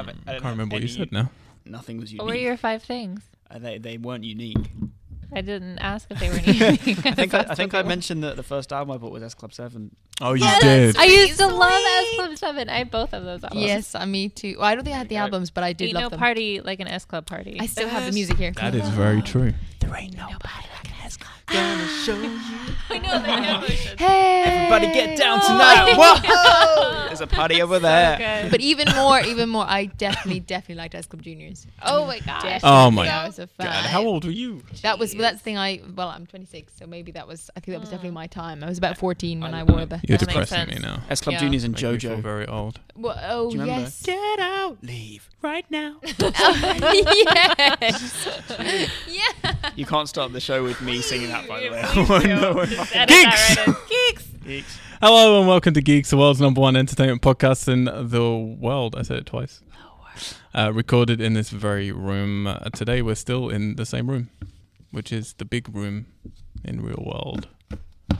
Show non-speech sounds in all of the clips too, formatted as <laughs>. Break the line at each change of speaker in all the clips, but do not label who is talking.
remember what you
any-
said now.
Nothing was
What were
unique.
your five things?
Uh, they they weren't
<laughs>
unique.
I didn't ask if they were anything.
I
<laughs>
think I, I think I mentioned that the first album I bought was S Club Seven.
Oh, you
Yeah,
did.
<laughs> that's- Oh,
I used to
Sweet. <laughs>
love S Club Seven. I had both of those albums.
Yes, I me too. Well, I don't think I had the
There we go.
albums, but I did
Ain't
love
no
them.
party like an S Club party.
I still
<laughs>
have the
There's-
music here.
That is very true.
There ain't nobody like an S Club.
Gonna show you.
I know they have <laughs> emotions.
Hey,
Everybody get down
<laughs>
tonight. Whoa! There's a party over there.
But even more, even more, I definitely, definitely liked S Club Juniors.
Oh my gosh.
Oh my
that was a fan.
God, how old were you?
That was that's the thing. I well, I'm 26, so maybe that was. I think that was definitely my time. I was about 14 when I, wore the.
You're
That makes
depressing me
sense.
now.
S Club
Yeah.
Juniors and
Make me feel
JoJo.
very old.
Well, oh
Do you remember?
yes,
Get out. Leave right now.
<laughs>
yes, yeah.
You can't start the show with
<laughs>
me singing that, by the way. <laughs>
Please do. Edit that right in. Geeks.
Geeks.
Hello and welcome to Geeks, the world's number one entertainment podcast in the world. I said it twice. Uh, recorded in this very room. Uh, today we're still in the same room, which is the big room in real world.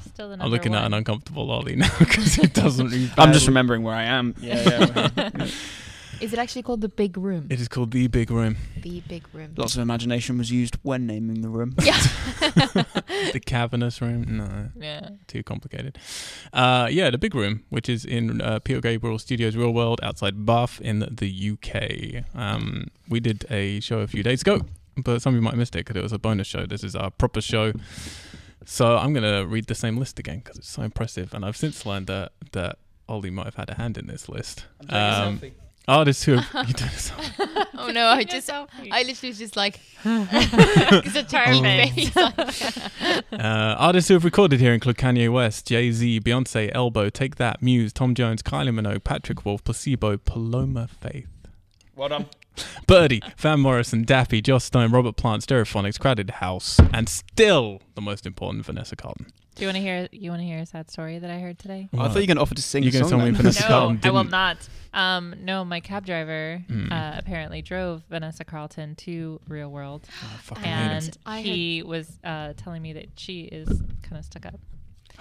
Still the
I'm
number
looking
one.
at an uncomfortable lolly now <laughs> because it doesn't. read
I'm just
badly.
remembering where I
<laughs>
am. Um, Yeah,
<laughs>
yeah.
Is it actually called the big room?
It is called the big room,
the big room.
Lots of imagination was used when naming the room.
<laughs>
<laughs>
the cavernous room. No,
<laughs> Yeah.
too complicated. Uh, yeah, the big room, which is in uh, Peter Gabriel Studios Real World outside Bath in the UK. Um, we did a show a few days ago, but some of you might have missed it because it was a bonus show. This is our proper show. So I'm going to read the same list again because it's so impressive. And I've since learned that, that Ollie might have had a hand in this list. Um, artists who have. you did a selfie.
<laughs> Oh no, I just,
Yourself.
I literally was just like, <laughs>
It's perfect.
Uh, artists who have recorded here include Kanye West, Jay Z, Beyonce, Elbow, Take That, Muse, Tom Jones, Kylie Minogue, Patrick Wolf, Placebo, Paloma Faith.
Well done.
Birdie, Van Morrison, Daffy, Joss Stone, Robert Plant, Stereophonics, Crowded House, and still the most important, Vanessa Carlton.
Do you want to hear? You want to hear a sad story that I heard today?
I thought you were going to offer to sing
You're
a
gonna
song.
tell me
then.
Vanessa
No,
Carlton
I will
didn't-
not. Um, no, my cab driver uh, apparently drove Vanessa Carlton to Real World,
Oh, I fucking hate
and
him.
I
he was uh, telling me that she is kind of stuck up.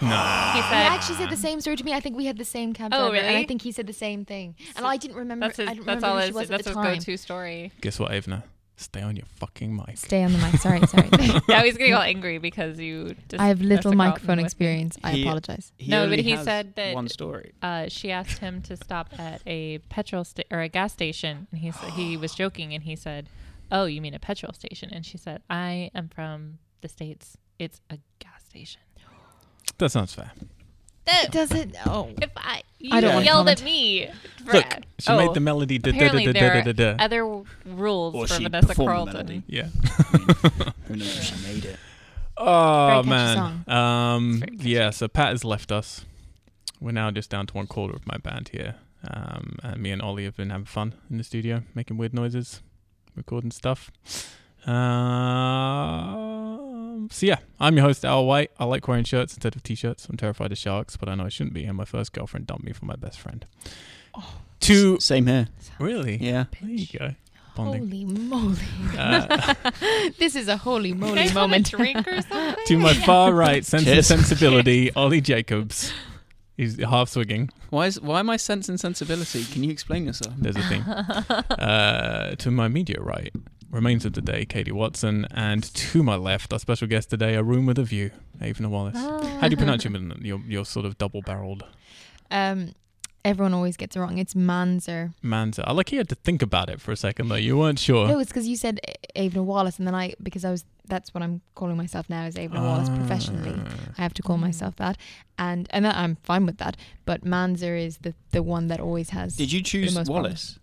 No.
He
He
said,
actually said the same story to me. I think we had the same cab
Oh,
driver, and I
really?
think he said the same thing. And I didn't remember.
"That's his,
I didn't
that's
remember
all
who
his,
she was
that's
at the
his
time.
go-to story."
Guess what, Avner? Stay on your fucking mic.
<laughs> Stay on the mic. Sorry,
<laughs>
sorry.
now he's getting all angry because you. Just
I have little
Vanessa Carlton
microphone
with-
experience. I
He-
apologize.
He
No, but
only
he
has
said that-
one story.
uh, she asked him to stop at a petrol sta- or a gas station, and he s- he was joking, and he said, "Oh, you mean a petrol station?" And she said, "I am from the states. It's a gas station."
That sounds fair.
Does it? Oh,
If I you
I don't
wanna
yelled
comment.
at me,
Look,
Brad.
she made the melody. Da, da,
apparently
da,
there
da,
are
da, da, da.
Oh, other w- rules
Or
for
she
Vanessa
performed the
Carlton.
melody.
Yeah.
Who knows if she made it?
Oh
Very catchy
man. Um,
very catchy.
yeah. So Pat has left us. We're now just down to one quarter of my band here. Um, and me and Ollie have been having fun in the studio, making weird noises, recording stuff. Um, so yeah, I'm your host, Al White. I like wearing shirts instead of t-shirts. I'm terrified of sharks, but I know I shouldn't be. And my first girlfriend dumped me for my best friend. Two.
S- Same here.
Really?
Yeah.
There you go. Bonding.
holy <laughs> moly!
Uh,
This is a holy
You
moly
guys want a
moment.
<laughs>
drink
<laughs>
or something?
to my far right, sense and
Cheers.
sensibility, Ollie Jacobs. He's half swigging.
Why is why am I sense and sensibility? Can you explain yourself?
There's a
<laughs>
<laughs>
thing. uh, to my media right, remains of the day, Katie Watson, and to my left, our special guest today, a room with a view, Avner Wallace.
Oh.
How do you pronounce your middle- your your sort of double barreled
Um, everyone always gets it wrong. It's Manzer.
manza? I like you had to think about it for a second though. You weren't sure.
No, it's because you said A- Avner Wallace, and then I because I was that's what I'm calling myself now is Avner Wallace professionally.
Ah.
I have to call
Mm.
myself that, and and that, I'm fine with that. But Manzer is the the one that always has.
Did you choose
most
Wallace?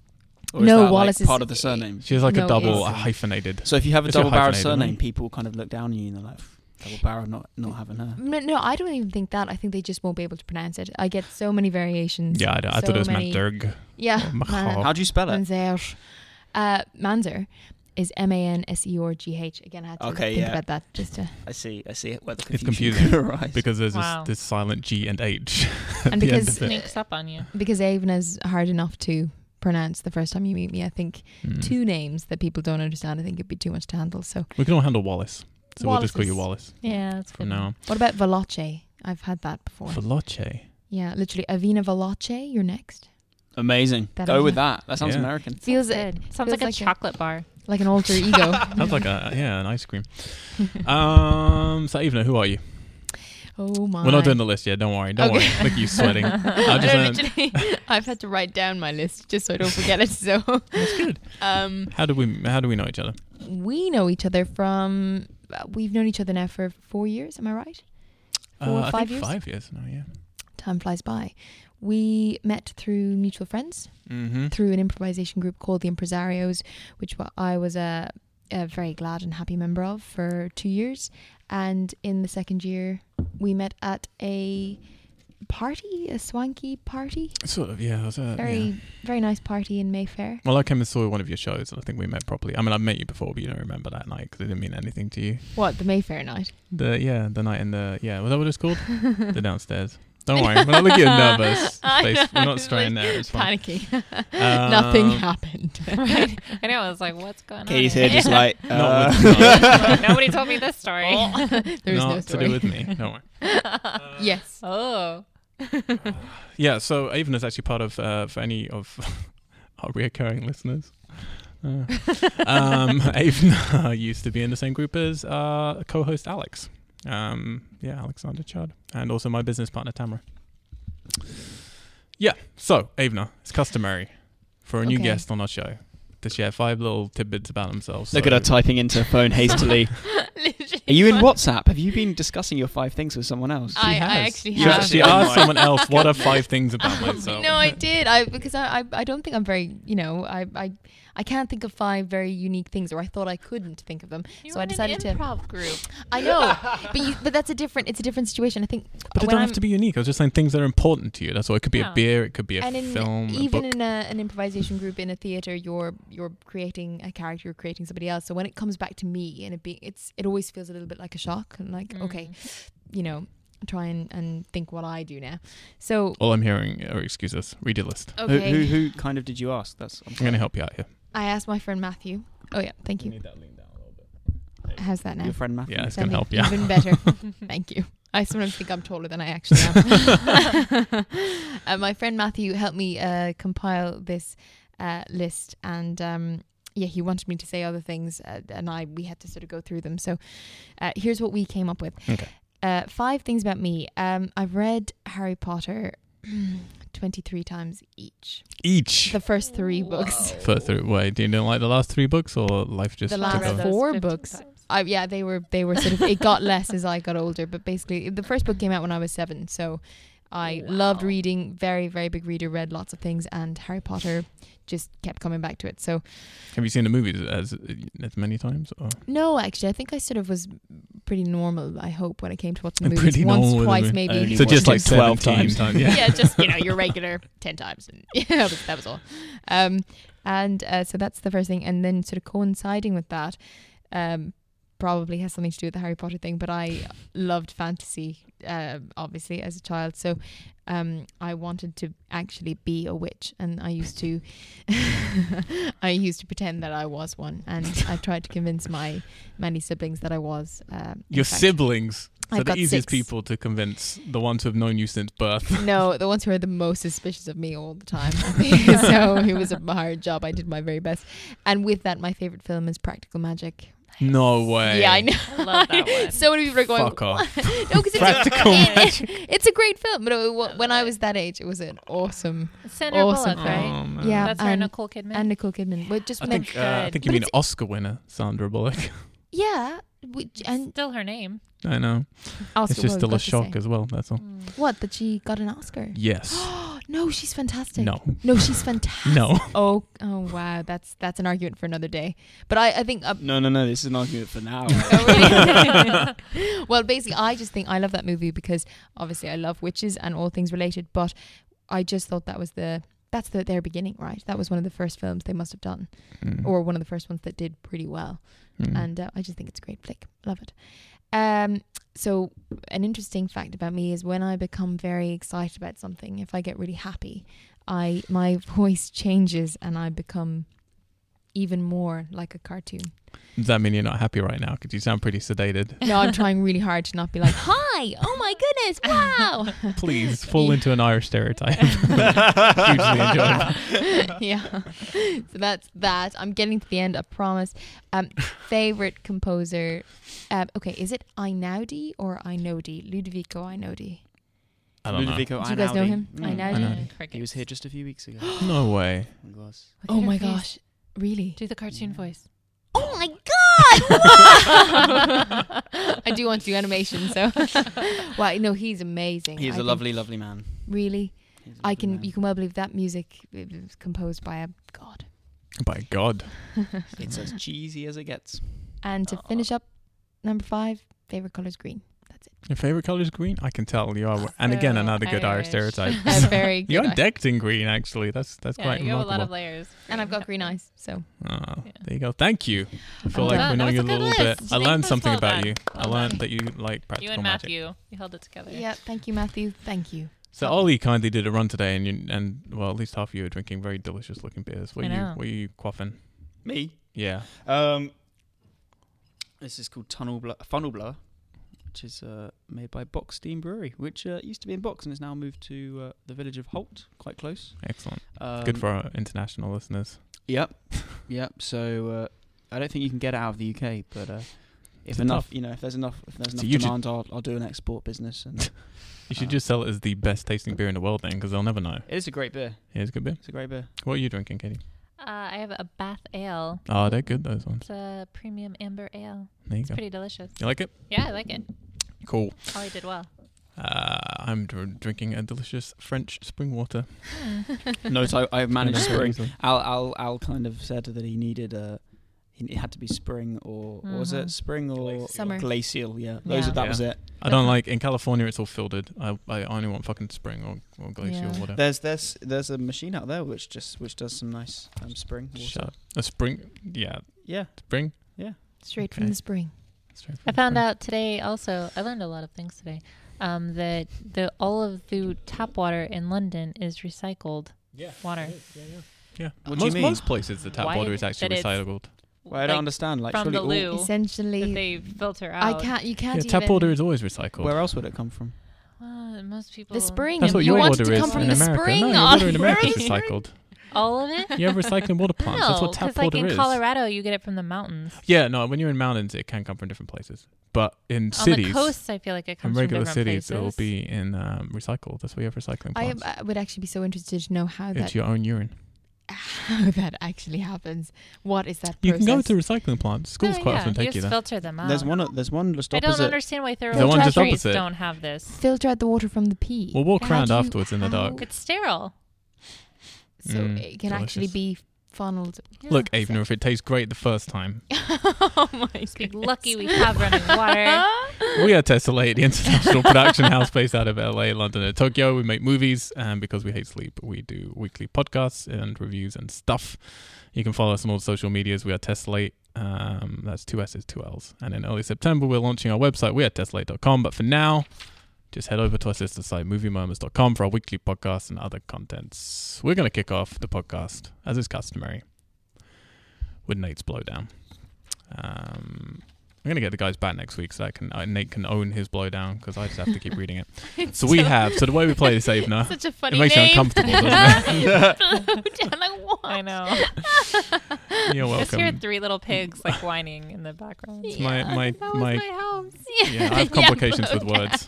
No,
that, like,
Wallace is-
part of the surname.
She has like
No,
a
it
double
is.
a hyphenated.
So if you have a
It's your
double barrel
hyphenated,
surname,
right?
people kind of look down on you and they're like, double barrel, not not having her.
No, no, I don't even think that. I think they just won't be able to pronounce it. I get so many variations.
Yeah, I, I
so
thought it was
many-
Manderg.
Yeah,
Oh,
Man-
Oh.
How do you spell
Mm.
it?
Manzer. Uh, Manzer is M A N S E R G H. Again, I had to
Okay,
think
yeah.
about that just to,
I see. I see. Where the
It's
confusion
confusing.
<laughs> could arise.
Because there's
Wow.
this, this silent G and H. at <laughs>
And
the end
because-
of it.
Sneaks up on you.
because Avner's hard enough to pronounce the first time you meet me. I think
Hmm.
Mm.
two names that people don't understand. I think it'd be too much to handle. So
<laughs> we can all handle Wallace, so we'll just call you Wallace
Yeah, that's
from now. on.
what about Veloce? I've had that before.
Veloce.
Yeah, literally Avina Veloce. You're next.
Amazing.
That
Go
is-
with that. That sounds
Yeah.
American.
Feels
Good.
it
Sounds
feels
like a
like a-
chocolate
<laughs>
bar. <laughs>
like an alter ego. <laughs>
Sounds like a yeah, an ice cream. Um, so Evna, who are you?
Oh my.
We're not doing the list yet. Don't worry. Don't
Okay.
worry. Look, at you
<laughs>
sweating.
I
I just
don't
learned,
literally, <laughs> I've had to write down my list just so I don't forget it. So,
that's good.
<laughs> um,
How do we how do we know each other?
we know each other from uh, we've known each other now for four years. Am I right? Four or
Uh, I
five
think
years?
Five years. No, yeah.
Time flies by. We met through mutual friends
Mm-hmm.
through an improvisation group called the Impresarios, which wa- I was a, a very glad and happy member of for two years. And in the second year, we met at a party, a swanky party,
Sort of. Yeah. it was, uh,
very
yeah.
very nice party in Mayfair.
Well, I came and saw one of your shows, and I think we met properly. I mean, I've met you before, but you don't remember that night because it didn't mean anything to you.
What the Mayfair
<laughs>
night?
The yeah, the night in the yeah, was that what it's
<laughs>
called? the downstairs. Don't worry, we're not looking at nervous
<laughs> I
face.
know,
We're not
it's
straying
like
there. It's fine.
Panicking. Nothing
Um, <laughs>
happened. <laughs>
Right? I know. I was like, what's going
Katie's
on?
here just
<laughs>
like. <laughs> uh,
Not with you.
Nobody told me this story. <laughs>
<laughs> there is
not
no story.
to do with
<laughs>
me. Don't worry.
yes.
<laughs> oh.
Yeah, so Avon is actually part of uh, for any of <laughs> our reoccurring listeners.
<laughs>
Uh, um, <laughs> Avon uh, used to be in the same group as uh, co-host Alex. Um, yeah, Alexander Chad, and also my business partner Tamara. Yeah, so Avna, it's customary for a new
Okay.
guest on our show to share five little tidbits about themselves.
Look
so-
at her typing into her phone hastily. Are you in WhatsApp? Have you been discussing your five things with someone else?
I-
She has.
actually
You
have.
actually
<laughs>
Yeah.
asked someone else. What are five things about myself?
no, <laughs> I did. I because I, I I don't think I'm very you know I I I can't think of five very unique things, or I thought I couldn't think of them. so I decided
an
to.
improv group.
<laughs>
I know, but you, but that's a different. It's a different situation. I think.
But it
when
don't
I'm-
have to be unique. I was just saying things that are important to you. That's all. It could be
Yeah.
a beer. It could be a
and in,
film. a
even
book.
in a, an improvisation group in a theater, you're you're creating a character, you're creating somebody else. So when it comes back to me, and it being it's it always feels a little bit like a shock, and like
Mm.
okay, you know, try and and think what I do now. So
all I'm hearing are excuses. Read your list.
Who,
okay,
who, who kind of did you ask? That's.
I'm going to help you out here.
I asked my friend Matthew. Oh yeah, thank you. How's that now?
Your friend Matthew.
Yeah, it's
That'd
going to
be
help you. out.
<laughs>
<laughs>
Even better. Thank you. I sometimes think I'm taller than I actually
<laughs>
am. uh, my friend Matthew helped me uh, compile this uh, list, and um, yeah, he wanted me to say other things, uh, and I we had to sort of go through them. So uh, here's what we came up with.
Okay.
Uh, five things about me. Um, I've read Harry Potter <clears throat> 23 times each.
Each.
The first three books.
First three. Wait, do you not like the last three books or life just
The
took
last
over?
one. four books.
<laughs>
I, yeah, they were they were sort of it got less as I got older, but basically the first book came out when I was seven, so I loved
Wow.
reading. Very very big reader, read lots of things, and Harry Potter just kept coming back to it. So
Have you seen the movies as as many times? Or?
no, actually, I think I sort of was pretty normal. I hope when it came to watching
I'm <laughs>
movies,
pretty
once,
normal,
twice,
isn't it?
maybe.
Only
Uh, So
watched
just
it
like
12
17
times.
Yeah.
yeah, just
<laughs>
you know your regular ten times. And <laughs> yeah, that was- that was all. Um, and uh, so that's the first thing, and then sort of coinciding with that, um, probably has something to do with the Harry Potter thing. But I loved fantasy, uh, obviously as a child, so um, I wanted to actually be a witch, and I used to, <laughs> I used to pretend that I was one, and I tried to convince my many siblings that I was. Um, in
Your
fact-
siblings. So
I've
the
got
easiest
six.
people to convince, the ones who have known you since birth. <laughs>
No, the ones who are the most suspicious of me all the time. <laughs> so it was a hard job. I did my very best. And with that, my favorite film is Practical Magic.
No way.
Yeah, I know.
I love that one.
<laughs> So many people are going.
Fuck off.
<laughs> No, 'cause
Practical
it's, <laughs> it-
Magic.
it's a great film. But it, wa- when I was that age, it was an awesome
Sandra
Awesome.
Bullock, right?
Oh, man.
Yeah.
That's her
and-
Nicole Kidman.
and Nicole Kidman. But just
I
when
think
I,
uh, I think you
But
mean
it's-
Oscar winner Sandra Bullock. <laughs>
yeah, which, and
still her name.
I know.
Oscar
It's just
well,
still a
got to
shock
say.
as well. That's
<gasps>
all.
Mm.
What that she got an Oscar?
Yes.
<gasps> no, she's fantastic.
No.
no, she's fantastic.
No.
Oh, oh wow, that's that's an argument for another day. But I, I think uh,
<laughs> No, no, no. This is an argument for now.
<laughs>
well, basically, I just think I love that movie because obviously I love witches and all things related. But I just thought that was the that's the, their beginning, right? That was one of the first films they must have done,
Mm.
or one of the first ones that did pretty well.
Mm.
And uh, I just think it's a great flick. Love it. Um, so an interesting fact about me is when I become very excited about something, <laughs> if I get really happy, I my voice changes and I become even more like a cartoon.
Does that mean you're not happy right now? Because you sound pretty sedated.
No, I'm trying really hard to not be like, hi, oh my goodness, wow.
<laughs>
<laughs>
<laughs>
Please fall into an Irish stereotype.
<laughs>
Hugely enjoyable.
<laughs> yeah. So that's that. I'm getting to the end, I promise. Um, favorite composer. Um, okay, is it Einaudi or Einaudi? Ludovico Einaudi.
I don't know.
Ludovico
Do you guys know
Einaudi.
him?
Mm.
Einaudi?
Einaudi.
He was here just a few weeks <gasps> ago.
No way.
he was.
Look at
Oh
her
my
face.
gosh. Really?
Do the cartoon
Yeah.
voice.
Oh my
<laughs>
god! I do want to do
<laughs>
animation, so. wow, no, he's amazing.
He
I
is a
think-
lovely, lovely man.
Really,
He's a
I
lovely
can.
man.
You can well believe that music it was composed by a god.
By God.
<laughs> It's
<laughs>
as cheesy as it gets.
And to finish up, number five, favorite color is green. That's <laughs> it.
Your favorite color is green? I can tell you are. And again,
So
another good Irish
Irish. <laughs>
stereotype.
A
<laughs>
very good.
You're
eye.
decked in green, actually. That's that's
Yeah,
quite
you have a lot of
remarkable.
layers.
and I've got green eyes, so
Oh,
Yeah. Oh,
There you go. Thank you. I feel
Well
like
done.
we're knowing you
That
a
was a
little
good
bit.
list.
I
Thanks,
learned
that's
something
well
about
done.
you. I
Well
learned
done.
that you like practical
you and
magic.
Matthew, you held it together.
yeah. Thank you, Matthew. Thank you.
So Ollie kindly did a run today, and you, and well, at least half of you were drinking very delicious looking beers. Were
I
you
know.
were you quaffing?
Me?
Yeah.
Um, this is called Tunnel Bl- Funnel Blower, which is uh, made by Box Steam Brewery, which uh, used to be in Box and is now moved to uh, the village of Holt, quite close.
Excellent.
Um,
Good for our international listeners.
Yep, <laughs> yep. So uh, I don't think you can get it out of the UK, but uh,
It's
if enough,
tough.
you know, if there's enough, if there's
So
enough
you ju-
demand, I'll, I'll do an export business. <laughs> And
You should
Uh,
just sell it as the best tasting beer in the world then, because they'll never know.
it is a great beer.
Here's a good beer.
It's a great <laughs> beer.
What are you drinking, Katie?
Uh, I have a Bath Ale.
Oh, they're good those ones.
It's a premium amber ale.
There you
It's
go.
pretty delicious.
You like it?
Yeah, I like it.
Cool.
Ollie did well.
Uh, I'm dr- drinking a delicious French spring water.
<laughs>
Note: I, I've managed
Very
spring.
easily.
Al, Al, Al kind of said that he needed a. he- It had to be spring or what was
Mhm.
it spring or
Glacial.
Summer.
glacial? Yeah, those
Yeah.
are, that
Yeah.
was it.
I don't like in California. It's all filtered. I, I only want fucking spring or, or glacial
Yeah.
or whatever.
There's there's there's a machine out there which just which does some nice um, spring water.
Shut up. A spring, yeah,
Yeah,
spring.
Straight
Okay.
from the spring.
Straight
I
from
found
spring.
out today also, I learned a lot of things today, um, that the all of the tap water in London is recycled
Yeah,
water.
Yeah.
What do
most,
you mean?
most places the tap
Why
water is
that
actually
it's-
recycled.
well, I
Like,
don't understand. Like
from the
surely all-
loo that
Essentially,
they filter
I
out.
can't. You
Yeah,
can't.
tap
even-
water is always recycled.
where else would it come from?
Well, most people.
The spring.
That's what
That's You
your
want
water
it to
is
come from
in
the
America.
spring,
no, your
Ollie.
water in America is
Where is
recycled.
All of it?
You have recycling water plants. That's
No,
what tap
because like
water
in
is.
Colorado, you get it from the mountains.
Yeah, no. When you're in mountains, it can come from different places, but in
On
cities,
the coasts, I feel like it
in
comes from
regular
different
cities,
places.
it'll be in um, recycled. That's where you have recycling
<laughs> I,
plants.
I would actually be so interested to know how
it's
that
your own urine.
<laughs> how that actually happens. What is that
You
process?
can go to recycling plants. Schools
No,
quite
Oh, yeah,
often take
just
you there.
filter them out.
There's one. o- There's one just
Ah. I don't
opposite.
understand why
The
thorough
one just
streets
opposite.
don't have this.
filter out the water from the pee.
We'll walk
How
around
do you-
afterwards in the
how-
dark.
It's sterile.
So
Mm,
it can actually
delicious.
be funneled.
Look, even
<laughs>
<laughs>
if it tastes great the first time,
oh my
Be lucky <laughs> we have running <laughs> water.
<laughs> we are Tesla Late, the international production house based out of LA, London, and Tokyo. We make movies, and because we hate sleep, we do weekly podcasts and reviews and stuff. You can follow us on all the social medias. We are Tesla Late. Um, that's two S's, two L's. And in early September, we're launching our website. We are teslate.com. But for now, just head over to our sister site, moviemurmurs.com, for our weekly podcasts and other contents. We're going to kick off the podcast, as is customary, with Nate's blowdown. Um, I'm gonna get the guys back next week so I can uh, Nate can own his blowdown because I just have to keep reading it. So <laughs> we have so the way we play this evening.
<laughs> Such a funny
It makes you
name. <laughs>
uncomfortable, doesn't
Down like, what?
I know.
it? <laughs> You're
Just hear
welcome.
three little pigs like whining in the background.
<laughs>
my- my-
that was
my-
my house.
<laughs>
Yeah,
<laughs>
I have complications with words.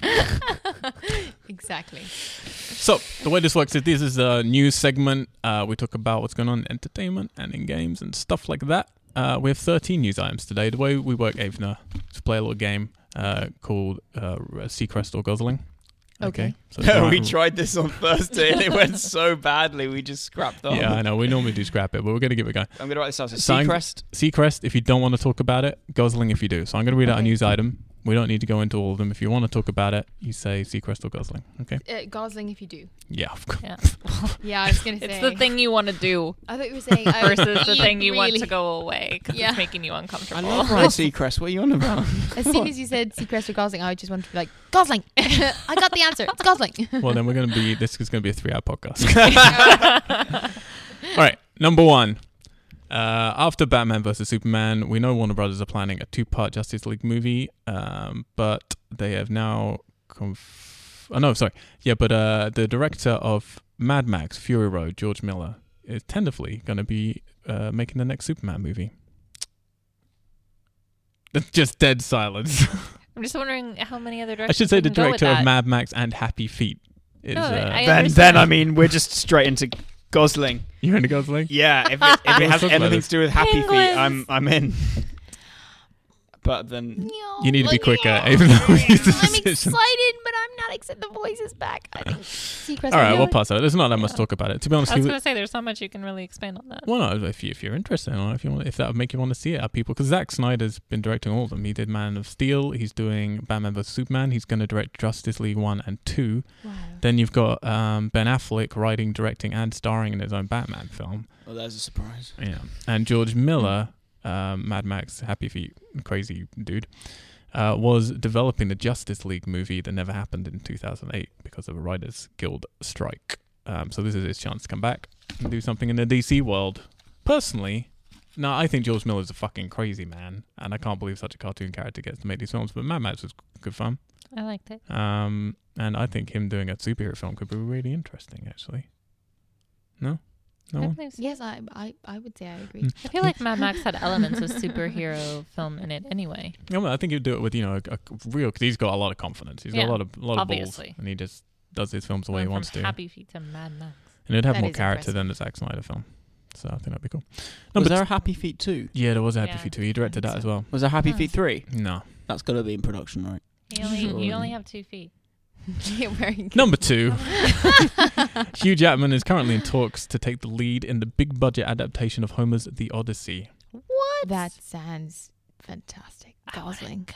Exactly.
So the way this works is this is a news segment. Uh, we talk about what's going on in entertainment and in games and stuff like that. Uh, we have 13 news items today. The way we work, Avner, is to play a little game uh, called uh, Seacrest or Gosling.
Okay.
So it's
<laughs>
right-
we tried this on Thursday and it went so badly. We just scrapped the.
Yeah,
whole-
I know. We normally do scrap it, but we're going to give it a go.
I'm gonna write this out. So
Sign-
Seacrest.
Seacrest, if you don't want to talk about it, Gosling, if you do. So I'm going to read out a
Okay.
news item. We don't need to go into all of them. If you want to talk about it, you say Seacrest or Gosling. Okay.
<laughs> Uh, Gosling, if you do.
Yeah. of course.
Yeah.
Yeah, I was gonna say.
It's the thing you want to do
I thought you
<laughs>
were saying <laughs> I-
versus the thing you want
really-
to go away because
Yeah.
it's making you
I
uncomfortable.
love
<laughs>
Ryan
<laughs>
Seacrest. What are you on about?
As <laughs> soon as you said Seacrest or Gosling, I just wanted to be like Gosling. <laughs> I got the answer. It's Gosling. <laughs>
Well, then we're going to be, this is going to be a three hour podcast. all right. Number one Uh, after Batman vs Superman, we know Warner Brothers are planning a two-part Justice League movie, um, but they have now. Conf- oh no, sorry. Yeah, but uh, the director of Mad Max: Fury Road, George Miller, is tentatively going to be uh, making the next Superman movie. <laughs> Just dead
<laughs>
silence.
I'm just wondering how many other
I
directors.
should say
we
the
can go with
director of
that.
Mad Max and Happy Feet is.
No,
uh, <laughs>
I-
Then,
understand.
then I mean, we're just straight into Gosling.
you're into Gosling.
Yeah,
<laughs>
if it, if it
Let's
has
talk about
anything
this.
to do with Happy Feet,
Penguins.
I'm I'm in. But then,
You need to be
Look
quicker,
out.
even though we use the
I'm
decision.
excited, but I'm not excited. The voice is back. I think Seacrest.
All right, we'll
will do it.
pass that. There's not that much
Yeah.
talk about it. To be honest,
I was
we,
going to say there's not much you can really expand on that.
well, no, if you if you're interested, or if you want, if that would make you want to see it, are people? Because Zack Snyder's been directing all of them. He did Man of Steel. He's doing Batman vs Superman. He's going to direct Justice League one and two. Then you've got um, Ben Affleck writing, directing, and starring in his own Batman film.
well, there's a surprise.
Yeah, and George Miller, um, Mad Max, Happy Feet, crazy dude, uh, was developing the Justice League movie that never happened in 2008 because of a Writers Guild strike. Um, so this is his chance to come back and do something in the DC world. Personally, no, I think George Miller's a fucking crazy man, and I can't believe such a cartoon character gets to make these films. But Mad Max was good fun,
I liked it.
um, and I think him doing a superhero film could be really interesting, actually. No, no
I,
one.
believe so.
Yes, I, I, I would say I agree.
Mm.
I feel like Mad Max had elements of superhero film in it anyway.
Yeah, well, I think he'd do it with you know a, a real because he's got a lot of confidence. He's
Yeah,
got a lot of a lot of
obviously.
balls, and he just does his films the way
Going
he
from
wants to.
Happy Feet to Mad Max.
and it'd have
That
more
is
character
impressive.
than the Zack Snyder film, so I think that'd be cool.
was
Number
there a Happy Feet two?
Yeah, there was a Happy
Yeah,
Feet too. He directed
think
that as
so.
well.
Was there Happy
Hmm.
Feet three?
No.
That's got to be in production, right?
You only,
Surely.
you only have two feet.
<laughs> You're very good.
Hmm. <laughs> Number two, Hugh Jackman is currently in talks to take the lead in the big budget adaptation of Homer's The Odyssey.
What?
<laughs> <laughs> That sounds fantastic.
I wanna
Gosling.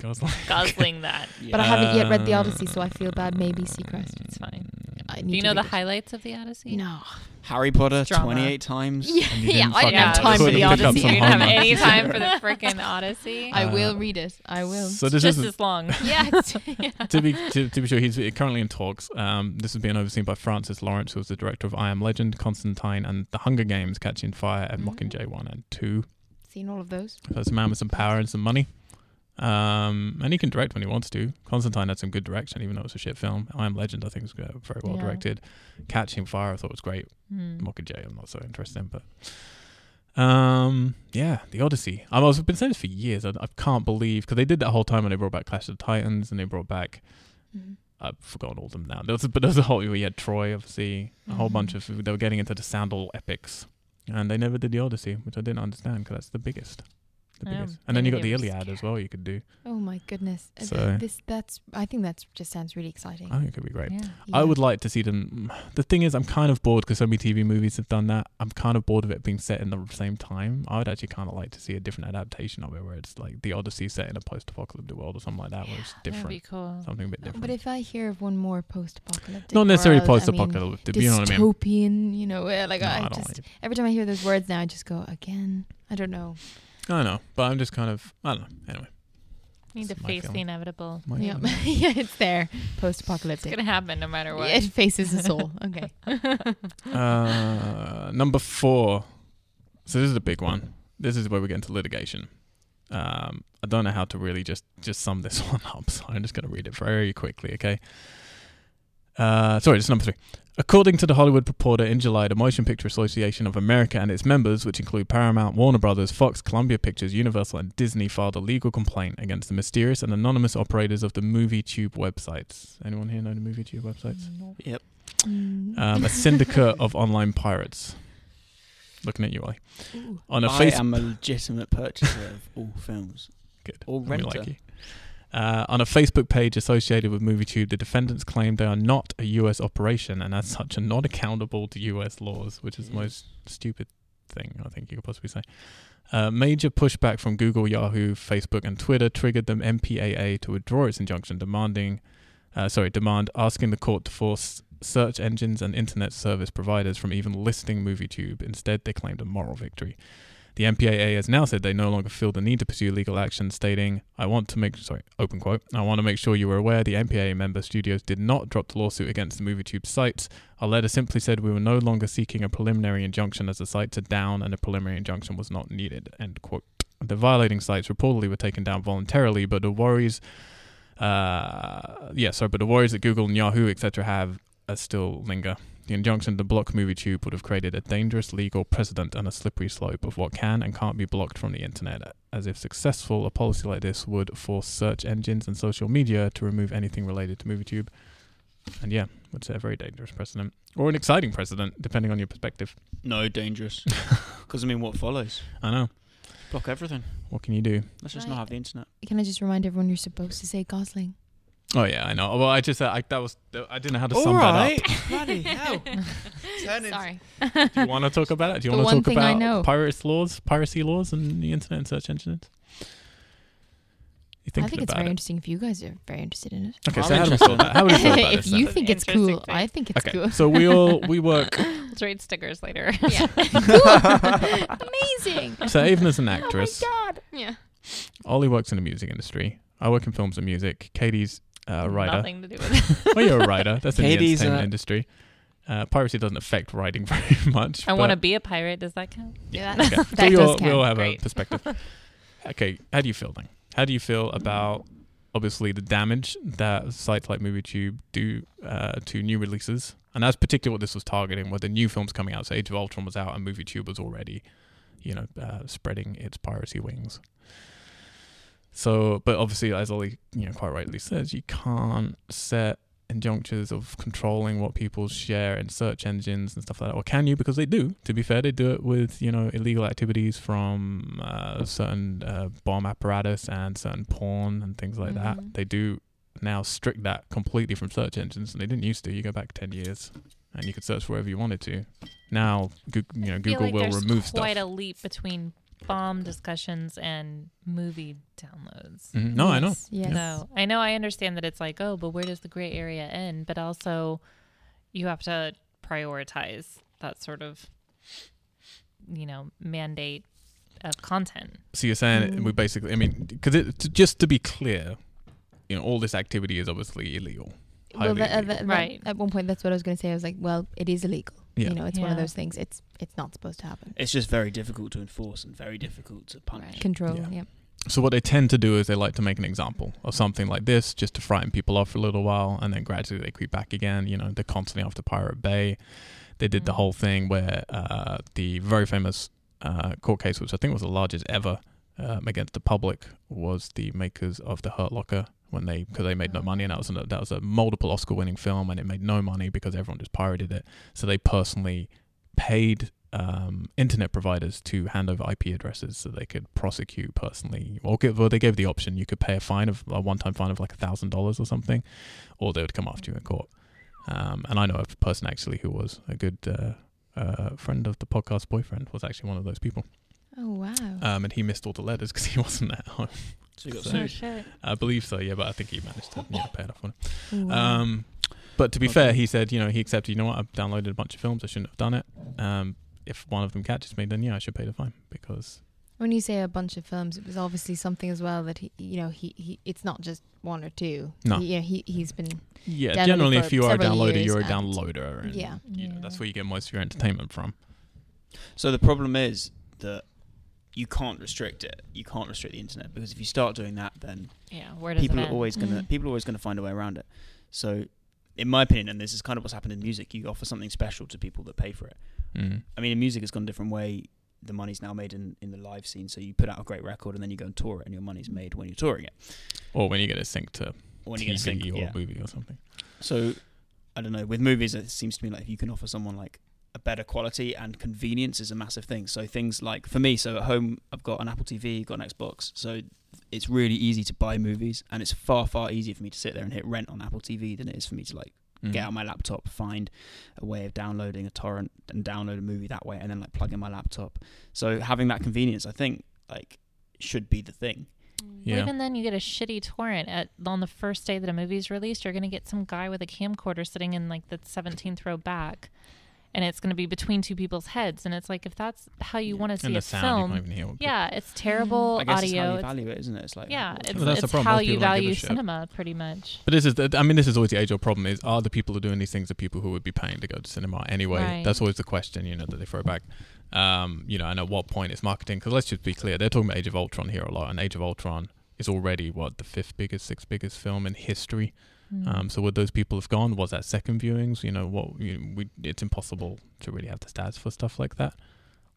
Gosling.
Gosling that.
But
Uh,
I haven't yet read The Odyssey,
um,
so I feel bad. Maybe Seacrest.
It's fine.
I need
Do you
to
know the
read it.
highlights of the Odyssey?
No.
Harry Potter
Drama.
twenty eight times.
Yeah,
And you
yeah
didn't
I
fucking
don't have
touch
time
it.
for the
You couldn't pick up some
You
<laughs> Odyssey.
didn't have
Homer.
any time for the
<laughs>
freaking Odyssey.
<laughs>
I
Uh,
will read it. I will.
So this
It's just
is
as long.
<laughs>
yes. <laughs> yeah.
to be to, to be sure, he's currently in talks. Um, this is being overseen by Francis Lawrence, who was the director of I Am Legend, Constantine, and The Hunger Games: Catching Fire, and
Mm.
Mockingjay One and Two.
Seen all of those.
So it's a man with some power and some money, um, and he can direct when he wants to. Constantine had some good direction, even though it's a shit film. I Am Legend, I think, was uh, very well
Yeah.
directed. Catching Fire, I thought was great.
Mm.
Mockingjay, I'm not so interested in, but um, yeah, The Odyssey. I've also been saying this for years. I, I can't believe because they did that whole time when they brought back Clash of the Titans and they brought back
Mhm.
I've forgotten all of them now. There was, but there was a whole we had Troy, obviously, a whole
Mhm.
bunch
Mm.
of they were getting into the sandal epics, and they never did the Odyssey, which I didn't understand because that's the biggest, the
I know.
biggest. And then you got the
Maybe it was
Iliad as well. You could do.
Oh my goodness. Uh, th-
So-
This that's I think that's just sounds really exciting.
I think it could be great.
Yeah.
I
Yeah.
would like to see them. The thing is, I'm kind of bored because so many TV movies have done that. I'm kind of bored of it being set in the same time. I would actually kind of like to see a different adaptation of it, where it's like the Odyssey set in a post-apocalyptic world or something like that, where it's
That'd be
different, Oh,
cool.
something a bit different.
But if I hear of one more post-apocalyptic,
Not necessarily
world, I mean,
post-apocalyptic. but you know what I mean?
dystopian, you know, uh, like
No,
I,
don't
just
like it.
every time I hear those words now, I just go again. I don't know.
I know, but I'm just kind of I don't know. Anyway,
Need to
It's my
face the
feeling.
inevitable.
my
Yeah, <laughs> yeah, it's there. Post-apocalyptic.
It's gonna happen no matter what.
Yeah, it faces
<laughs>
the
<laughs>
soul. Okay.
Uh, number four. So this is a big one. This is where we get into litigation. Um, I don't know how to really just just sum this <laughs> one up, so I'm just going to read it very quickly. Okay. Uh, sorry, just number three. According to the Hollywood Reporter, in July, the Motion Picture Association of America and its members, which include Paramount, Warner Brothers, Fox, Columbia Pictures, Universal, and Disney, filed a legal complaint against the mysterious and anonymous operators of the MovieTube websites. Anyone here know the MovieTube websites?
Yep.
Mm.
um, a syndicate of online pirates. Looking at you, Ollie.
<laughs> Ooh.
On a
I
Facebook,
am a legitimate purchaser of all films.
Good.
Or
We
renter.
like you. Uh, on a Facebook page associated with MovieTube, the defendants claim they are not a U.S. operation and, as such, are not accountable to U.S. laws, which is the most stupid thing I think you could possibly say. Uh, major pushback from Google, Yahoo, Facebook, and Twitter triggered the MPAA to withdraw its injunction, demanding, uh, sorry, demand asking the court to force search engines and internet service providers from even listing MovieTube. Instead, they claimed a moral victory. The MPAA has now said they no longer feel the need to pursue legal action, stating, "I want to make sorry open quote. I want to make sure you were aware the MPAA member studios did not drop the lawsuit against the MovieTube sites. Our letter simply said we were no longer seeking a preliminary injunction as the sites are down and a preliminary injunction was not needed." End quote. The violating sites reportedly were taken down voluntarily, but the worries, uh, yeah, sorry, but the worries that Google and Yahoo etc. have uh, still linger. The injunction to block MovieTube would have created a dangerous legal precedent and a slippery slope of what can and can't be blocked from the internet. As if successful, a policy like this would force search engines and social media to remove anything related to MovieTube. And yeah, would set a very dangerous precedent or an exciting precedent, depending on your perspective.
No, <laughs> dangerous. Because I mean, what follows?
I know.
Block everything.
What can you do?
Let's just not
Right.
have the internet.
Can I just remind everyone you're supposed to say Gosling?
Oh yeah, I know. Well, I just uh, I, that was I didn't know how to
All
sum
right. <laughs> Bloody
<laughs>
hell. Turning-
Sorry.
that up. Do you want to talk about it? Do you
The
want to
one
talk
thing I
about
know.
pirates laws, piracy laws, and the internet and search engines? You
I
thinking
think it's
about
very
it?
interesting if you guys are very interested in it.
Okay,
I'm
so how do we
interested.
solve that? How do we
<laughs>
solve <laughs> that?
if you
then?
think it's
Interesting
cool,
thing.
I think it's
okay,
cool.
so we all we work. <laughs>
I'll trade stickers later. <laughs>
Yeah. cool. <laughs> Amazing.
So Avon is an actress.
God. Yeah.
Ollie works in the music industry. I work in films and music. Katie's uh, a writer.
Nothing to do with it.
Well, you're a writer. That's in
Katie's
the entertainment
a-
industry. Uh, piracy doesn't affect writing <laughs> very much.
I want to
but-
be a pirate. Does that count?
Yeah,
Okay.
<laughs> that,
So
that
we
does
all,
count.
we all have
Great.
a perspective.
<laughs>
okay, how do you feel then? How do you feel about obviously the damage that sites like MovieTube do uh, to new releases? And that's particularly what this was targeting, were the new films coming out. So Age of Ultron was out, and MovieTube was already, you know, uh, spreading its piracy wings. So, but obviously, as Ollie, you know, quite rightly says, you can't set injunctions of controlling what people share in search engines and stuff like that. Or can you? Because they do. To be fair, they do it with you know illegal activities from uh, certain uh, bomb apparatus and certain porn and things like
Mhm.
Mm-hmm.
that. They do now strict that completely from search engines, and they didn't used to. You go back ten years, and you could search wherever you wanted to. Now, Goo- you know,
I feel
Google
like
will
there's
remove stuff.
quite a leap between bomb discussions and movie downloads.
Mhm. No, I know.
Yes, Yes.
So I know I understand that it's like, oh, but where does the gray area end? But also, you have to prioritize that sort of, you know, mandate of content.
So you're saying we basically, I mean, because it, t- just to be clear, you know, all this activity is obviously illegal.
Well,
highly
that, uh,
illegal.
that-
Right.
At one point, that's what I was going to say. I was like, well, it is illegal.
Yeah.
You know, it's one of
Yeah.
those things. It's it's not supposed to happen.
It's just very difficult to enforce and very difficult to punish.
Control.
Yeah.
Yeah.
So what they tend to do is they like to make an example of something like this just to frighten people off for a little while, and then gradually they creep back again. You know, they're constantly after Pirate Bay. They did the
Mm.
whole thing where uh, the very famous uh, court case, which I think was the largest ever um, against the public, was the makers of the Hurt Locker when they because they made no money, and that was an, that was a multiple Oscar-winning film, and it made no money because everyone just pirated it. So they personally paid um, internet providers to hand over IP addresses so they could prosecute personally. Or give, well, they gave the option you could pay a fine of a one-time fine of like a thousand dollars or something, or they would come after you in court. Um, and I know a person actually who was a good uh, uh, friend of the podcast boyfriend was actually one of those people.
Oh wow.
Um, and he missed all the letters because <laughs> he wasn't at home.
So you got
So-
sued.
shit.
I believe so, yeah. But I think he managed to you know, pay it off on
Oh, wow.
um, but to be
Okay.
fair, he said, you know, he accepted, you know what, I've downloaded a bunch of films. I shouldn't have done it. Um, if one of them catches me, then yeah, I should pay the fine because
when you say a bunch of films, it was obviously something as well that he, you know, he, he it's not just one or two.
No.
He, you know, he he's been
yeah,
Downloaded
generally,
for
if you are a
several
downloader,
years
you're a
and-
downloader, and
yeah.
you know,
Yeah.
that's where you get most of your entertainment from.
So the problem is that you can't restrict it. You can't restrict the internet because if you start doing that, then
Yeah, where does
people
it
are
end?
always gonna
Mm.
people are always gonna find a way around it. So, in my opinion, and this is kind of what's happened in music, you offer something special to people that pay for it.
Mm.
I mean, in music, it's gone a different way. The money's now made in, in the live scene, so you put out a great record and then you go and tour it, and your money's made when you're touring it.
Or when you get a sync to
Or when
TV
you get a sync,
or
yeah.
a movie or something.
So, I don't know. With movies, it seems to me like if you can offer someone like a better quality and convenience is a massive thing. So things like for me, so at home I've got an Apple TV, got an Xbox, so it's really easy to buy movies, and it's far far easier for me to sit there and hit rent on Apple TV than it is for me to like
Mm.
get out my laptop, find a way of downloading a torrent and download a movie that way, and then like plug in my laptop. So having that convenience, I think, like should be the thing.
Well,
Yeah.
Even then, you get a shitty torrent at on the first day that a movie's released. You're going to get some guy with a camcorder sitting in like the 17th row back, and it's going to be between two people's heads. And it's like if that's how you
Yeah.
want to see
and
a
the sound, you
film,
can't even hear what
yeah, it's terrible
I guess it's how
audio.
you
It's-
value it, isn't it? It's like
yeah, it's,
Well, that's the
it's
problem.
how
Most
you
people don't give a
value
shit.
cinema, pretty much.
But this is, the, I mean, this is always the age-old problem: is are the people who are doing these things the people who would be paying to go to cinema anyway?
Right.
That's always the question, you know, that they throw back. Um, you know, and at what point it's marketing? Because let's just be clear: they're talking about Age of Ultron here a lot, and Age of Ultron is already what the fifth biggest, sixth biggest film in history.
Mm.
Um, so would those people have gone? Was that second viewings? You know, what you we, it's impossible to really have the stats for stuff like that.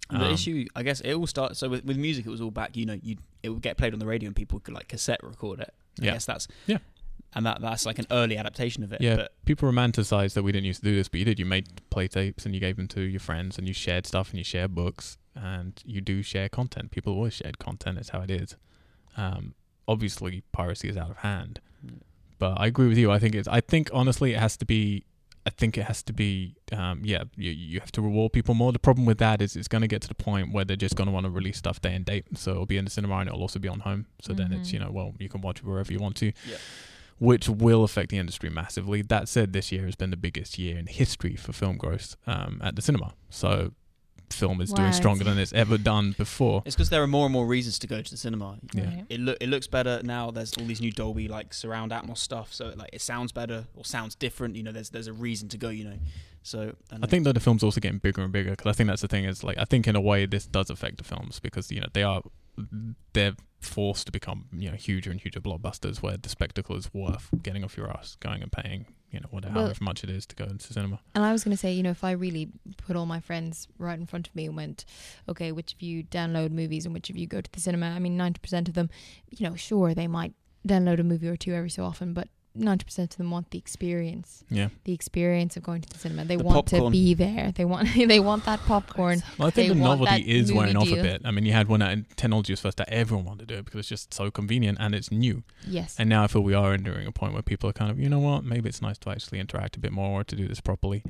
The
Um,
issue, I guess, it all starts. So with, with music, it was all back. You know, you it would get played on the radio, and people could like cassette record it. I
Yeah.
guess that's
Yeah.
and that that's like an early adaptation of it.
Yeah,
but
people romanticize that we didn't used to do this, but you did. You made play tapes and you gave them to your friends and you shared stuff and you share books and you do share content. People always shared content. It's how it is. Um, obviously, piracy is out of hand,
Yeah.
but I agree with you. I think it's. I think honestly, it has to be. I think it has to be. Um, yeah, you you have to reward people more. The problem with that is it's going to get to the point where they're just going to want to release stuff day and date. So it'll be in the cinema and it'll also be on home. So then it's
Mhm.
you know well you can watch it wherever you want to which will affect the industry massively. That said, this year has been the biggest year in history for film growth um, at the cinema. So, film is doing
Wow.
stronger than it's ever done before.
it's because there are more and more reasons to go to the cinema.
Yeah.
Right.
It look it looks better now. There's all these new Dolby like surround Atmos stuff, so it, like it sounds better or sounds different. You know, there's there's a reason to go. You know, so and
I think that the film's also getting bigger and bigger because I think that's the thing is like I think in a way this does affect the films because you know they are they're forced to become you know huger and huger blockbusters where the spectacle is worth getting off your ass, going and paying you know whatever
Well-
however much it is to go into cinema.
And I was going to say, you know, if I really put all my friends right in front of me and went, okay, which of you download movies and which of you go to the cinema, I mean, 90% of them, you know, sure, they might download a movie or two every so often, but 90% of them want the experience,
Yeah,
the experience of going to the cinema. They
The
want
popcorn.
to be there. They want <laughs> they want that popcorn.
Well, I think
They
the
want
novelty
that
is
movie
wearing off a
deal.
bit. I mean, you had when that technology was first out, everyone wanted to do it because it's just so convenient and it's new.
Yes.
And now I feel we are entering a point where people are kind of, you know what, maybe it's nice to actually interact a bit more or to do this properly.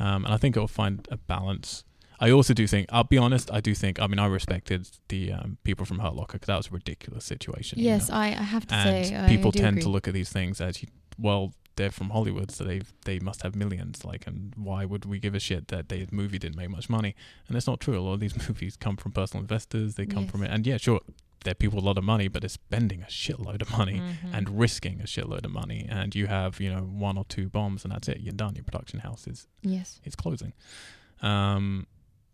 Um, and I think it'll find a balance. I also do think, I'll be honest, I do think, I mean, I respected the um, people from Hurt Locker because that was a ridiculous situation. you
yes,
know?
I, I have to
And
say.
people
I do
tend
agree.
to look at these things as, you, well, they're from Hollywood, so they they must have millions. Like, and why would we give a shit that the movie didn't make much money? And that's not true. A lot of these <laughs> movies come from personal investors. They come
Yes.
from it, and yeah, sure, they're people with a lot of money, but they're spending a shitload of money
Mm-hmm.
Mhm.
and risking a shitload of money and you have you know one or two bombs and that's it you're done your production house is
Yes.
is closing um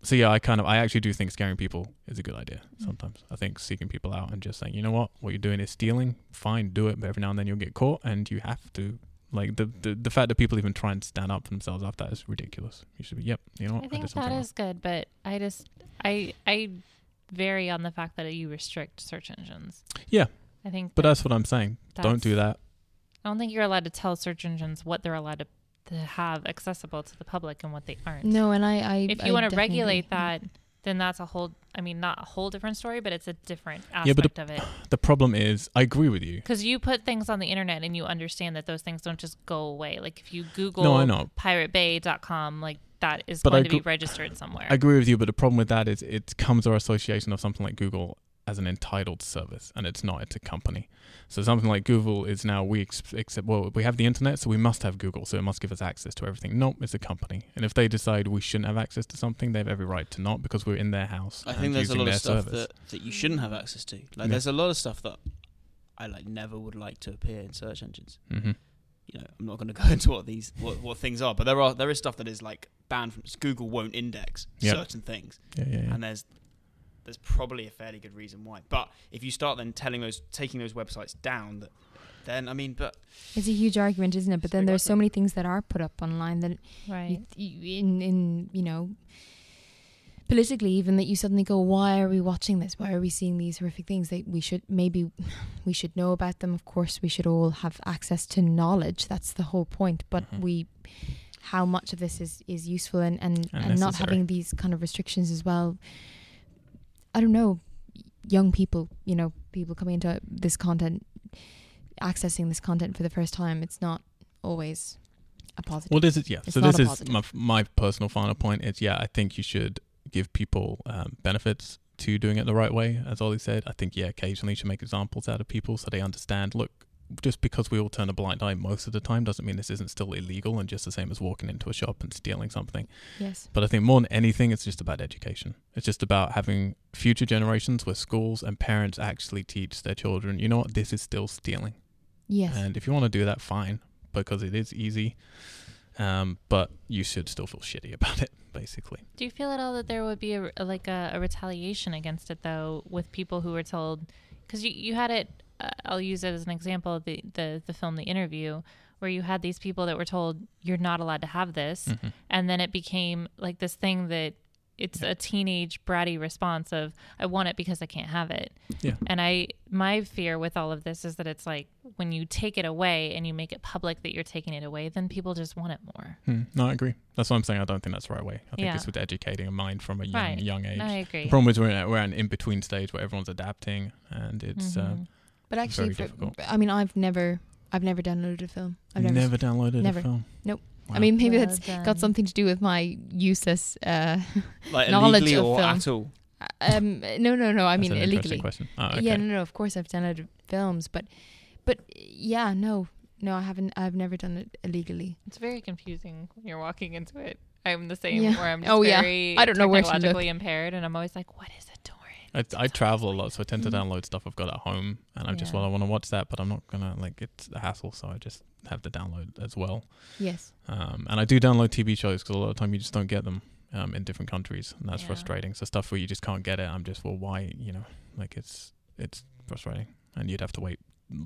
so yeah i kind of i actually do think scaring people is a good idea
Mm.
sometimes i think seeking people out and just saying you know what what you're doing is stealing fine do it but every now and then you'll get caught and you have to like the the, the fact that people even try and stand up for themselves after that is ridiculous you should be yep you know what
I
did
think
something
that
wrong."
is good, but I just I I vary on the fact that you restrict search engines.
Yeah.
I think
but
that
that's what i'm saying don't do
that's-
that
I don't think you're allowed to tell search engines what they're allowed to, to have accessible to the public and what they aren't.
No, and I. I
if
I
you want to
definitely agree.
regulate that, then that's a whole I mean not a whole different story, but it's a different aspect
Yeah, but
of it.
the problem is i agree with you
Cuz you put things on the internet and you understand that those things don't just go away. Like if you google
no i know
piratebay.com like that is
But
going
I
to be
goo-
registered somewhere.
I agree with you, but the problem with that is it comes our association of something like Google as an entitled service, and it's not. It's a company. So something like Google is now we ex- accept. Well, we have the internet, so we must have Google, so it must give us access to everything. Nope, it's a company, and if they decide we shouldn't have access to something, they have every right to not because we're in their house.
I
and
think there's a
using
lot of
their
stuff
service.
that, that you shouldn't have access to. Like
Yeah.
there's a lot of stuff that I like never would like to appear in search engines.
Mhm.
You know, I'm not going to <laughs> go into what these what, what things are, but there are there is stuff that is like banned from Google won't index
Yeah.
certain things,
Yeah, yeah, yeah.
and there's there's probably a fairly good reason why. But if you start then telling those taking those websites down, that, then I mean, but
It's a huge argument, isn't it? But
It's a
then
big
there's so
argument.
many things that are put up online that
right.
you, you- in in you know politically even that you suddenly go why are we watching this why are we seeing these horrific things that we should maybe <sighs> we should know about them of course we should all have access to knowledge that's the whole point but
Mhm.
we how much of this is is useful and and,
And
and, not
necessary.
having these kind of restrictions as well i don't know young people you know people coming into this content accessing this content for the first time it's not always a positive
Well, this is yeah.
It's
so
not
this
a
is
positive.
my my personal final point. Is yeah, I think you should give people um, benefits to doing it the right way. As Ollie said, I think yeah, occasionally you should make examples out of people so they understand. Look, just because we all turn a blind eye most of the time doesn't mean this isn't still illegal and just the same as walking into a shop and stealing something.
Yes.
But I think more than anything, it's just about education. It's just about having future generations where schools and parents actually teach their children, you know what, this is still stealing.
Yes.
And if you want to do that, fine, because it is easy. Um, but you should still feel shitty about it, basically.
Do you feel at all that there would be a, like a, a retaliation against it though, with people who were told? Because you, you had it. Uh, I'll use it as an example. The, the the film, The Interview, where you had these people that were told you're not allowed to have
Hmm.
this, and then it became like this thing that it's a teenage bratty response of I want it because I can't have it.
Yeah.
And I my fear with all of this is that it's like when you take it away and you make it public that you're taking it away, then people just want it more.
Hmm. No, I agree. That's what I'm saying. I don't think that's the right way. I think
Yeah.
it's with educating a mind from a young,
Right.
young age.
I
The
agree.
problem is we're in, we're in an in between stage where everyone's adapting, and it's uh,
Mhm.
But actually,
very
for,
difficult.
I mean, I've never, I've never downloaded a film. I've
never,
never.
downloaded
never.
a film.
Nope.
Wow.
I mean,
Mm-hmm.
maybe
Well um,
that's
done.
got something to do with my useless. Uh, <laughs>
Like
Knowledge
illegally
of
or
film.
at all.
um, no, no, no. I
That's
mean,
an
illegally.
interesting question. Ah, okay.
Yeah, no, no. Of course, I've downloaded films, but, but yeah, no, no, I haven't. I've never done it illegally.
It's very confusing when you're walking into it. I'm the same,
Yeah.
where I'm just
Oh, yeah.
very
I don't know where to look.
technologically impaired, and I'm always like, what is a torrent?
I, I travel a lot, so I tend to
Mm.
download stuff I've got at home, and I'm just
Yeah.
well, I want to watch that, but I'm not gonna like it's a hassle, so I just have to download as well.
Yes.
Um, and I do download TV shows because a lot of time you just don't get them um, in different countries, and that's
Yeah.
frustrating. So stuff where you just can't get it, I'm just well, why? You know, like it's it's frustrating, and you'd have to wait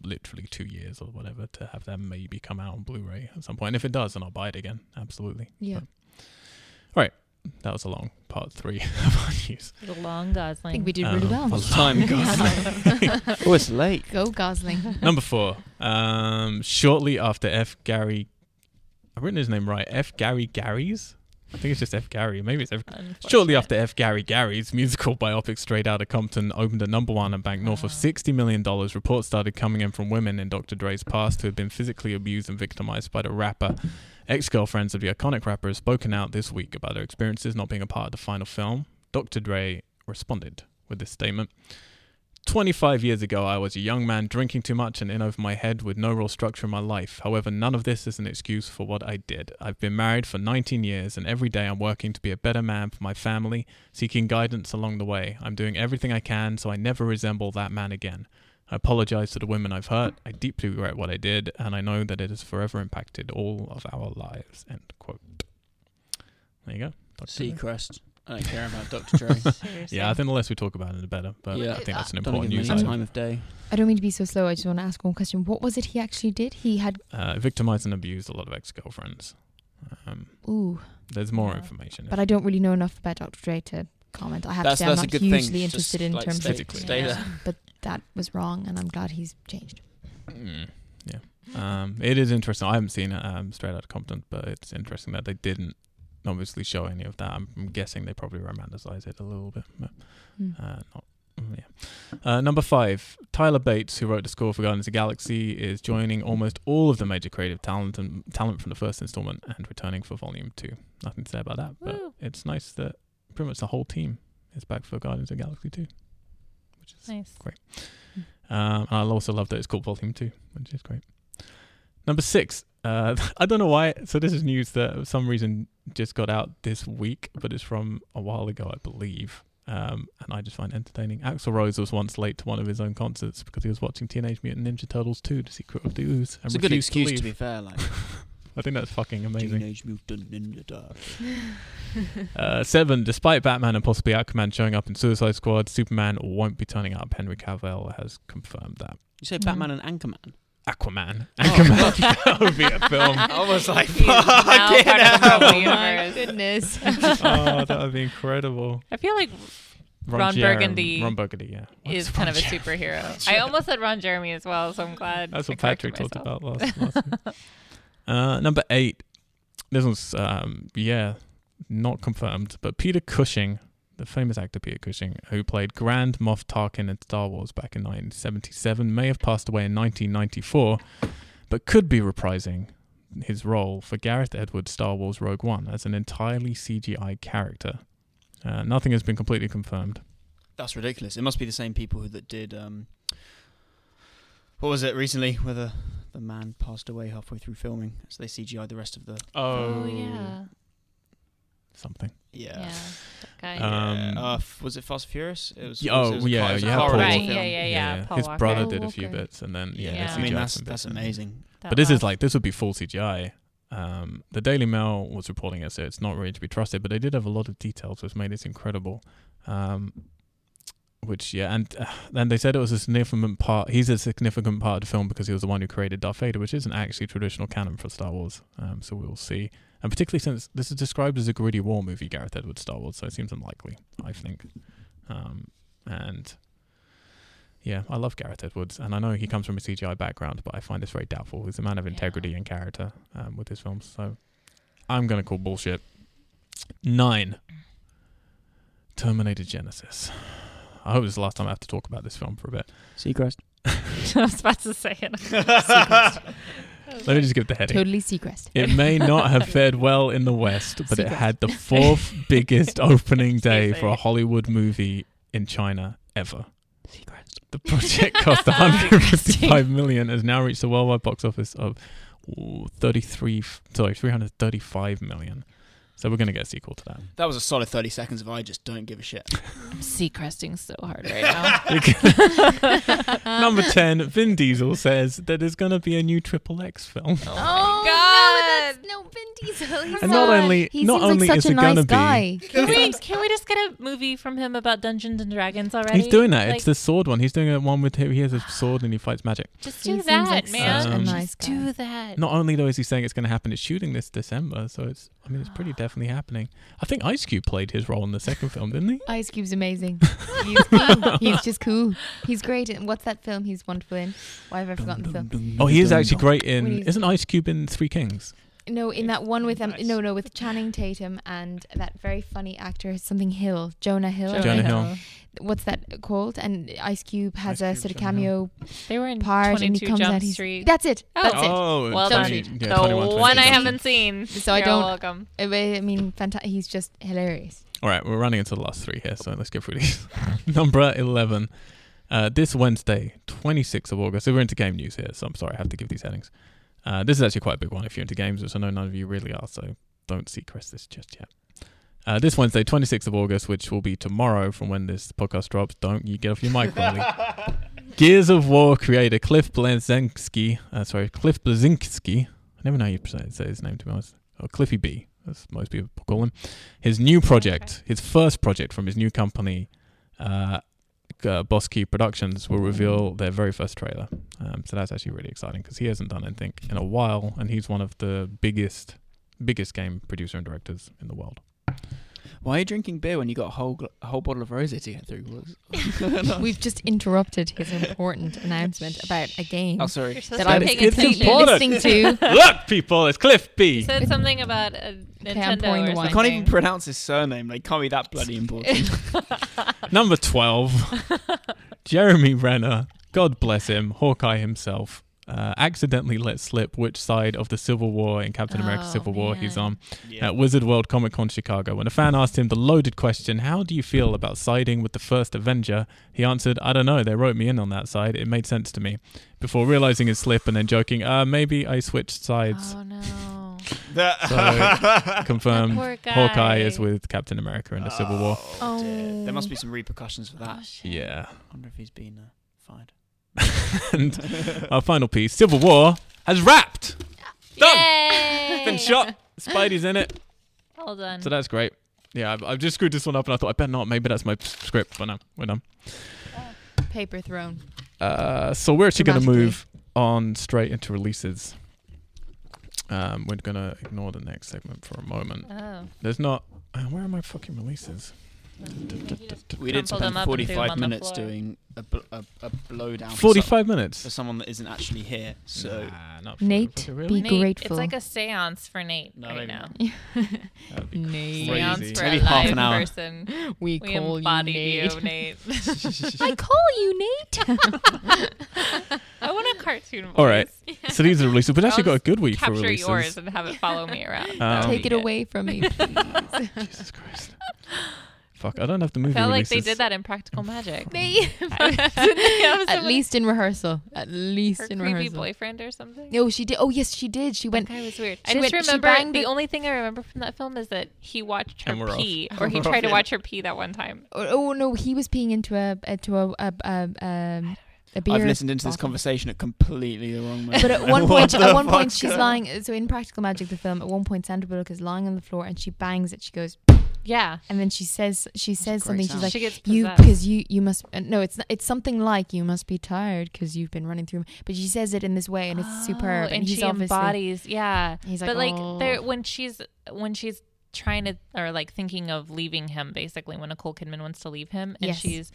literally two years or whatever to have them maybe come out on Blu-ray at some point. And if it does, then I'll buy it again. Absolutely.
Yeah.
But- all right, that was a long part three <laughs> of our news.
The long gosling.
I think we did really
Um,
well.
a
What's the
long
<laughs>
time? Oh, it's late.
Go Gosling.
Number four. Um, shortly after F. Gary, I've written his name right. F. Gary Gary's. I think it's just F. Gary. Maybe it's F. Shortly after F. Gary Gary's musical biopic Straight Outta Compton opened at number one and banked north of
Wow.
$60 million, reports started coming in from women in Dr. Dre's past who had been physically abused and victimized by the rapper. Ex girlfriends of the iconic rapper have spoken out this week about their experiences not being a part of the final film. Dr. Dre responded with this statement 25 years ago, I was a young man drinking too much and in over my head with no real structure in my life. However, none of this is an excuse for what I did. I've been married for 19 years, and every day I'm working to be a better man for my family, seeking guidance along the way. I'm doing everything I can so I never resemble that man again. I apologize to the women I've hurt. I deeply regret what I did, and I know that it has forever impacted all of our lives. End quote. There you go. Dr. Dre.
Seacrest. I don't care about Dr.
<laughs>
Dre.
Yeah, I think the less we talk about it, the better. But
Yeah.
I think that's an
don't
important
give
news
him any
item.
time of day.
I don't mean to be so slow. I just want to ask one question. What was it he actually did? He had
uh, victimized and abused a lot of ex-girlfriends. Um,
ooh,
there's more
Yeah.
information.
but I don't really know enough about Dr. Dre to comment. I have
That's,
to say I'm
that's a
not
good
hugely
thing.
interested
Just,
in
like,
terms
stay,
of
Physically.
Stay there.
that was wrong, and I'm glad he's changed.
Mm, yeah, um, it is interesting. I haven't seen it um, straight out of Compton, but it's interesting that they didn't obviously show any of that. I'm, I'm guessing they probably romanticized it a little bit. But,
Hmm.
uh, not, mm, yeah. Uh, number five, Tyler Bates, who wrote the score for Guardians of the Galaxy, is joining almost all of the major creative talent and talent from the first installment and returning for Volume Two. Nothing to say about that, but
Woo.
it's nice that pretty much the whole team is back for Guardians of the Galaxy Two, which is
Nice.
um, and I also love that it's called Volume 2, which is great. Number six. Uh, <laughs> I don't know why. So this is news that for some reason just got out this week, but it's from a while ago, I believe. Um, and I just find it entertaining. Axel Rose was once late to one of his own concerts because he was watching Teenage Mutant Ninja Turtles 2: The Secret of the Ooze. And
It's a good
refused
excuse
to,
to,
leave.
be fair. Like
I think that's fucking <laughs> amazing.
teenage mutant ninja dark.
Uh, seven, despite Batman and possibly Aquaman showing up in Suicide Squad, Superman won't be turning up. Henry Cavill has confirmed that.
You say
Mhm.
Batman and Anchorman.
Aquaman.
Oh.
Aquaman. <laughs> that would be a
<laughs>
film.
I was like,
He's now
fucking
part of the
hell.
<laughs>
Marvel
Oh my
universe.
goodness.
<laughs>
<laughs>
oh, that would be incredible.
I feel like Ron
Jerem-
Burgundy
Ron Burgundy, yeah. What's
is
Ron
kind of a
Jerem- <laughs>
superhero. I almost said Ron Jeremy as well, so I'm glad.
That's
I
what Patrick
corrected
talked
myself.
about last, last week. <laughs> Uh, number eight. This one's, um, yeah, not confirmed, but Peter Cushing, the famous actor Peter Cushing, who played Grand Moff Tarkin in Star Wars back in 1977, may have passed away in 1994, but could be reprising his role for Gareth Edwards' Star Wars Rogue One as an entirely CGI character. Uh, nothing has been completely confirmed.
That's ridiculous. It must be the same people who that did. Um, what was it recently? Where the, the man passed away halfway through filming, so they CGI the rest of the
Oh,
yeah.
Something.
Yeah.
yeah.
Okay.
Uh, Um,
uh, f- was it Fast Furious? It was.
Y-
it was-
oh,
it was a
yeah,
car- it was a
yeah,
car
Paul
racing
Walker.
film.
Right, yeah, yeah. Paul
His
Walker.
brother
Paul
did a few
Walker.
bits, and then yeah,
Yeah,
they
Yeah.
I mean
CGI'd
that's
some
that's
bits in.
amazing.
that
But this
last-
is like this would be full CGI. Um, the Daily Mail was reporting it, so it's not really to be trusted. But they did have a lot of details, which made it incredible. Um, which yeah, and <sighs> uh, and they said it was a significant part. He's a significant part of the film because he was the one who created Darth Vader, which isn't actually traditional canon for Star Wars. Um, so we'll see. And particularly since this is described as a gritty war movie, Gareth Edwards Star Wars, so it seems unlikely. I think. Um, and yeah, I love Gareth Edwards, and I know he comes from a CGI background, but I find this very doubtful. He's a man of
Yeah.
integrity and character um, with his films, so I'm going to call bullshit. Nine. Terminator Genesis. I hope this is the last time I have to talk about this film for a bit. <laughs>
Seacrest.
<laughs> I was about to say <laughs> it.
Let me just give the heading.
Totally Seacrest.
It may not have fared well in the West, but it
Secret.
had the fourth biggest opening day for a
Amazing.
Hollywood movie in China ever. The project cost 155 million and has now reached a worldwide box office of ooh, 33 sorry 335 million. So we're going to get a sequel to that.
That was a solid thirty seconds of I just don't give a shit.
I'm seacresting so hard
<laughs>
right now. Um, <laughs>
Number 10, Vin Diesel says that there's going to be a new Triple X film.
Oh,
Oh,
my god.
no, that's no Vin Diesel. He's
And not
a-
only-
he
not
seems
only
like
is
such
it
a nice
gonna be-
guy.
<laughs>
Can we can we just get a movie from him about Dungeons and Dragons already?
He's doing that. it's
Like,
the sword one. He's doing it one with he has a sword and he fights magic.
just
He
do
seems
that,
like such
man.
a
nice
just
guy.
do that.
Not only though is he saying it's going to happen, it's shooting this December, so it's I mean it's
<sighs>
pretty definitely happening. I think Ice Cube played his role in the second film, didn't he?
Ice
<laughs>
Cube's amazing. He's, cool. He's just cool. He's great. And what's that film he's wonderful in? Why have I forgotten the film?
Oh, he is actually great in.
When he's-
Isn't Ice Cube in Three Kings?
No, in that one with um,
Nice.
no, no, with Channing Tatum and that very funny actor, something Hill, Jonah Hill.
Jonah Jonah Hill. Hill.
What's that called? And Ice Cube has
Ice
a
Cube,
sort of
Jonah Hill.
cameo
They were in
part and
22
he comes
Jump
out. He's,
Street.
That's it.
Oh.
That's it.
Oh,
well
done.
yeah,
the
21,
one I
22.
haven't seen.
So I
You're
don't-
welcome.
I Uh, I mean, fanta- he's just
<laughs>
hilarious.
All right, we're running into the last three here, so let's go through these. <laughs> Number eleven. Uh, this Wednesday, 26th of August. So we're into game news here, so I'm sorry I have to give these headings. Uh, this is actually quite a big one if you're into games, which I know none of you really are, so don't sequest this just yet. Uh, this Wednesday, 26th of August, which will be tomorrow from when this podcast drops. Don't you get off your mic,
<laughs>
Riley. Gears of War creator Cliff Blazinski, uh, sorry, Cliff Blazinski, I never know how you pronounce- say his name, to be honest. Or Cliffy B, as most people call him. His new project, his first project from his new company, uh, uh, Boss Key Productions, will reveal their very first trailer. Um, so that's actually really exciting because he hasn't done anything in a while, and he's one of the biggest, biggest game producer and directors in the world.
Why are you drinking beer when you got a whole gl- a whole bottle of rosé to get through? <laughs> What's-
We've just interrupted his
<laughs>
important announcement about a game
oh, sorry.
supposed
that
to
I'm
be paying
it's
completely
attention.
important.
listening
<laughs>
<laughs>
to.
Look, people, it's Cliff B.
Said something about a
Okay, I'm
Nintendo
pouring the
or
wine.
I
I
something.
can't even pronounce his surname. Like, can't be that bloody important.
<laughs> Number
<laughs>
12, Jeremy Renner, God bless him, Hawkeye himself, uh, accidentally let slip which side of the Civil War in Captain America
Oh,
Civil War he's um,
man.
on
yeah. <laughs>
at Wizard World Comic Con Chicago. When a fan asked him the loaded question, How do you feel about siding with the first Avenger? He answered, I don't know, they wrote me in on that side, it made sense to me. Before realizing his slip and then joking, uh, Maybe I switched sides. <laughs>
Oh no.
So,
That
confirmed.
poor guy.
um, Hawkeye is with Captain America in the Civil War.
Oh,
Oh.
dear. There must be some repercussions for that.
Yeah.
I wonder if he's been uh, fired. <laughs>
<laughs> and our final piece, Civil War, has wrapped. Done.
Yay!
Been shot. Spidey's in it,
All done.
so that's great. Yeah, I've, I've just screwed this one up, and I thought I better not. Maybe that's my script, but no, we're done.
Paper thrown.
Uh, so we're actually going to
Dramatically.
move on straight into releases. Um, we're going to ignore the next segment for a moment.
oh.
There's not. Uh, where are my fucking releases?
We did
Crumple them
spend
up and do them
45
on the
minutes
floor.
doing a, bl- a, a blowdown for, some-
Forty-five minutes.
for someone that isn't actually here. So <laughs>
Nah, not
Nate,
45,
Be
really?
Nate, It's
grateful.
like a seance for Nate
No,
right
maybe
now.
not.
That'd be
Nate.
crazy.
Seance for
Maybe
a
half
live
an hour.
person. We
We, call
embody
you Nate.
you,
<laughs>
Nate. <laughs>
I call you Nate.
I want a cartoon voice.
All
<laughs>
right. so these are releases. We've actually got a good week for
Capture
releases. <laughs>
yours and have it follow me around.
Um,
<laughs>
Take it away from me, please.
Jesus Christ. Fuck, I don't have the movie.
felt like they
releases.
did that in Practical
<laughs>
Magic.
Me. at least in rehearsal. At least
her
in
creepy
rehearsal.
boyfriend or something.
No, she did. Oh, yes, she did. She
That
went.
guy was weird.
she
I just
went- she
remember
banged
the
the-
only thing I remember from that film is that he watched her
And we're off. <laughs>
pee, or he
We're
tried
off,
to
yeah.
watch her pee that one time.
Oh, oh, no, he was peeing into a into a a, a, a, a beer.
I've listened into this
bottle.
conversation at completely the wrong moment.
<laughs>
But at one
<laughs> What
point,
the
at one point,
fuck's
she's
going-
lying. So in Practical Magic, the film, at one point, Sandra Bullock is lying on the floor and she bangs it. She goes,
Yeah,
and then she says, she says
great
something.
sound.
She's like,
she gets
you
possessed.
because you you must uh, no, it's not, it's something like you must be tired because you've been running through. But she says it in this way, and it's
Oh,
superb. And,
and
he's
she
obviously
embodies. Yeah,
he's like,
but like
oh.
there when she's when she's trying to or like thinking of leaving him basically when Nicole Kidman wants to leave him and
Yes.
she's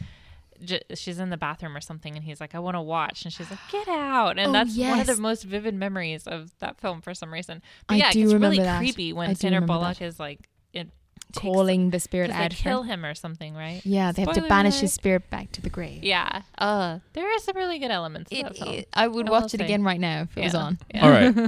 j- she's in the bathroom or something and he's like I want to watch and she's like get out and
Oh,
that's one of the
yes.
most vivid memories of that film for some reason. But
I
yeah,
do
it's really
remember that.
creepy when
I do
Sandra
remember
Bullock is like it takes-
calling the spirit
'cause they
out of
kill
her.
him or something, right?
Yeah, they have to
Spoiler
banish
alert.
his spirit back to the grave.
Yeah. Uh, there are some really good elements. to that
It,
film.
it- I would
I will
watch it
say.
again right now if it was
Yeah.
on.
Yeah.
All right.
<laughs>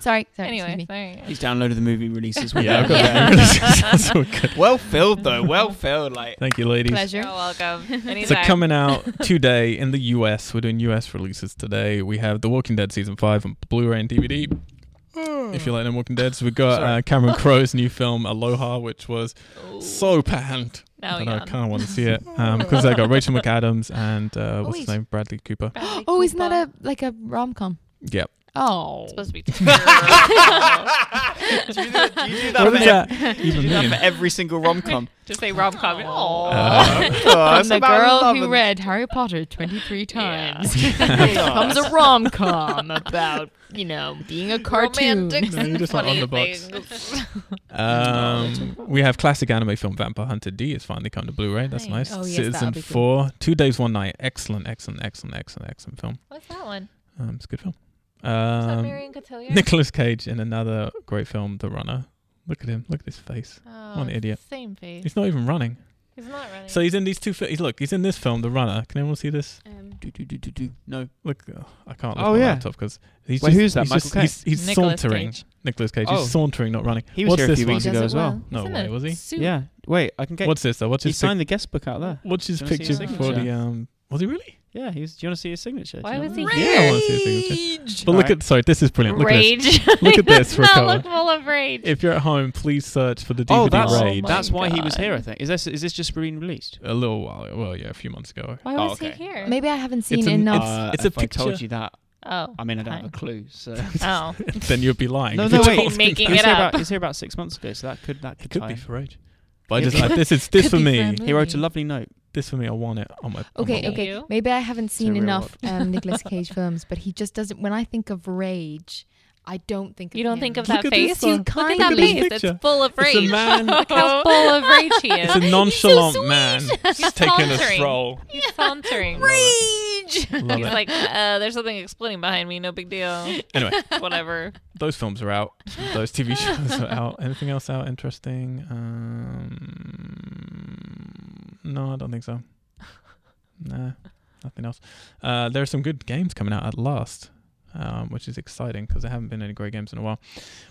Sorry, sorry. excuse
Anyway,
me.
sorry.
He's downloaded the movie releases.
yeah, I've
<laughs>
got
Yeah.
<laughs>
that. <laughs> That's all good.
well filled though. Well filled. Like
Thank you, ladies.
pleasure.
You're <laughs> welcome.
So
Anytime.
coming out today in the US, we're doing US releases today. We have The Walking Dead season five on Blu-ray and DVD.
Mm.
If you like The Walking Dead, so we've got
Sorry.
uh, Cameron Crowe's new film Aloha, which was
Ooh.
so panned
now
that
yawn.
I kind of want to see it
<laughs>
because I got Rachel McAdams and uh, what's his
wait.
name, Bradley Cooper.
<gasps> <gasps> Bradley
<gasps> Oh, isn't
Cooper.
that a like a rom com?
Yep.
Oh,
It's supposed to be <laughs> terrible.
<laughs> do you do, do, you do that,
What
for,
does
ev-
that
do, you
<laughs>
even
do that
mean?
for every single Oh, rom
<laughs>
com?
Just say rom com.
Uh,
Aw. from the girl who read Harry Potter twenty three
<laughs>
<laughs> times. comes a rom com about you know being a cartoon. <laughs>
Romantic
No, you're just not
funny
on the box.
things.
Um, we have classic anime film Vampire Hunter D has finally come to Blu-ray. That's
Nice.
nice.
Oh, yes, that'll
Citizen
be good.
Four, Two Days One Night. Excellent, excellent, excellent, excellent, excellent film.
<laughs> What's that one?
Um, it's a good film.
Is that
Um,
Marion Cotillard?
Nicholas Cage in another great film, The Runner. Look at him. Look at his face.
oh,
an idiot.
Same face.
He's not even running.
He's not running.
So he's in these two. Fi- he's look. He's in this film, The Runner. Can anyone see this?
Um,
Do, do, do, do, do. No.
Look, oh, I can't. Look
Oh,
my
yeah.
laptop because he's
Wait,
just,
who's that?
He's,
Michael
just- he's, he's
Nicolas
sauntering.
Cage.
Nicholas Cage.
Oh.
He's sauntering, not running.
He was
What's
here a
this
few weeks
one?
Does
ago
it
as well.
well.
No
He's in
way,
a
was he?
suit.
Yeah. Wait, I can get.
What's this though? What's
he
his? Pic-
signed the guest book out there.
what's his
Do you wanna see
picture
his
for the?
signature?
Um, was he really?
Yeah, he was. Do you want to see his signature?
Why
Do you
was
wanna-
he
Yeah, I want to see his signature. But look
Alright.
at. Sorry, this is brilliant. Look at this.
rage. <laughs>
Look at this for a
Does
colour.
not look full of rage.
If you're at home, please search for the DVD
Oh, that's
Rage.
my
that's why he was
God.
here. I think. Is this is this just being released?
a little while. Well, yeah, a few months ago.
Why
Oh,
was
okay.
he here?
Maybe I haven't seen
It's
it
an- uh,
enough.
it's- it's
Uh,
a
if I told
picture.
you that.
Oh.
I mean, I don't have
Fine.
a clue. So
<laughs> Oh.
<laughs> then you'd be lying.
No,
if you
no,
told
wait.
me that.
Making
he was
it
here
up.
about he was here about six months ago. So that could that could,
It could
tie
be
in.
for Rage. But I
Yeah,
just
but-
I, this is this
Could
for
be
me.
for
He wrote a
movie.
lovely note.
This for me. I want it on my. on
Okay,
my wall.
okay.
You?
Maybe I haven't seen
real
enough um,
<laughs>
Nicolas Cage films, but he just doesn't. When I think of rage, I don't think of
You don't
him.
think of
Look
that
at this
face?
one.
You
Look
look
at
at that
this
face.
picture.
It's full of
It's
rage.
a man.
Look <laughs>
Oh.
how full of rage he is.
It's a nonchalant
sweet.
man
He's
taking a
sauntering.
stroll.
<laughs> He's sauntering.
<laughs> rage.
Love
He's
it.
like, uh, there's something exploding behind me. No big deal.
<laughs> anyway,
<laughs> Whatever.
those films are out. Those TV shows are out. Anything else out interesting? Um, no, I don't think so. Nah, nothing else. Uh, there are some good games coming out at last, um, which is exciting because there haven't been any great games in a while.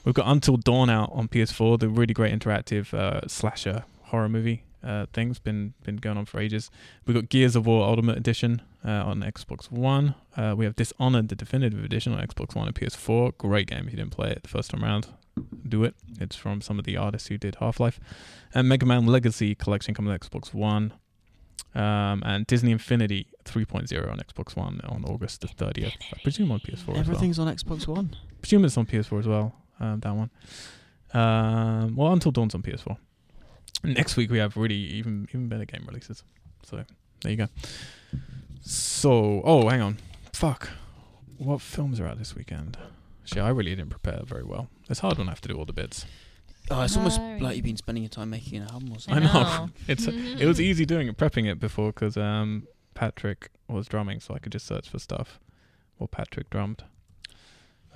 We've got Until Dawn out on PS4, the really great interactive uh, slasher horror movie. Uh, thing's been been going on for ages. We've got Gears of War Ultimate Edition uh, on Xbox One. Uh, we have Dishonored, the definitive edition on Xbox One and PS4. Great game if you didn't play it the first time around. Do it. It's from some of the artists who did Half Life. And Mega Man Legacy Collection comes on Xbox One. Um, and Disney Infinity 3.0 on Xbox One on August the 30th. I presume on PS4 as well.
Everything's on Xbox One.
presume it's on PS4 as well, um, that one. Um, well, Until Dawn's on PS4. Next week we have really even even better game releases. So there you go. So oh, hang on, fuck, what films are out this weekend? Shit, I really didn't prepare very well. It's hard when I have to do all the bits.
Oh, it's almost
Sorry.
like you've been spending your time making an album or
I
I
something.
know,
know.
<laughs> <laughs> it's it
Mm-hmm.
was easy doing it, prepping it before because um, Patrick was drumming, so I could just search for stuff. What Patrick drummed.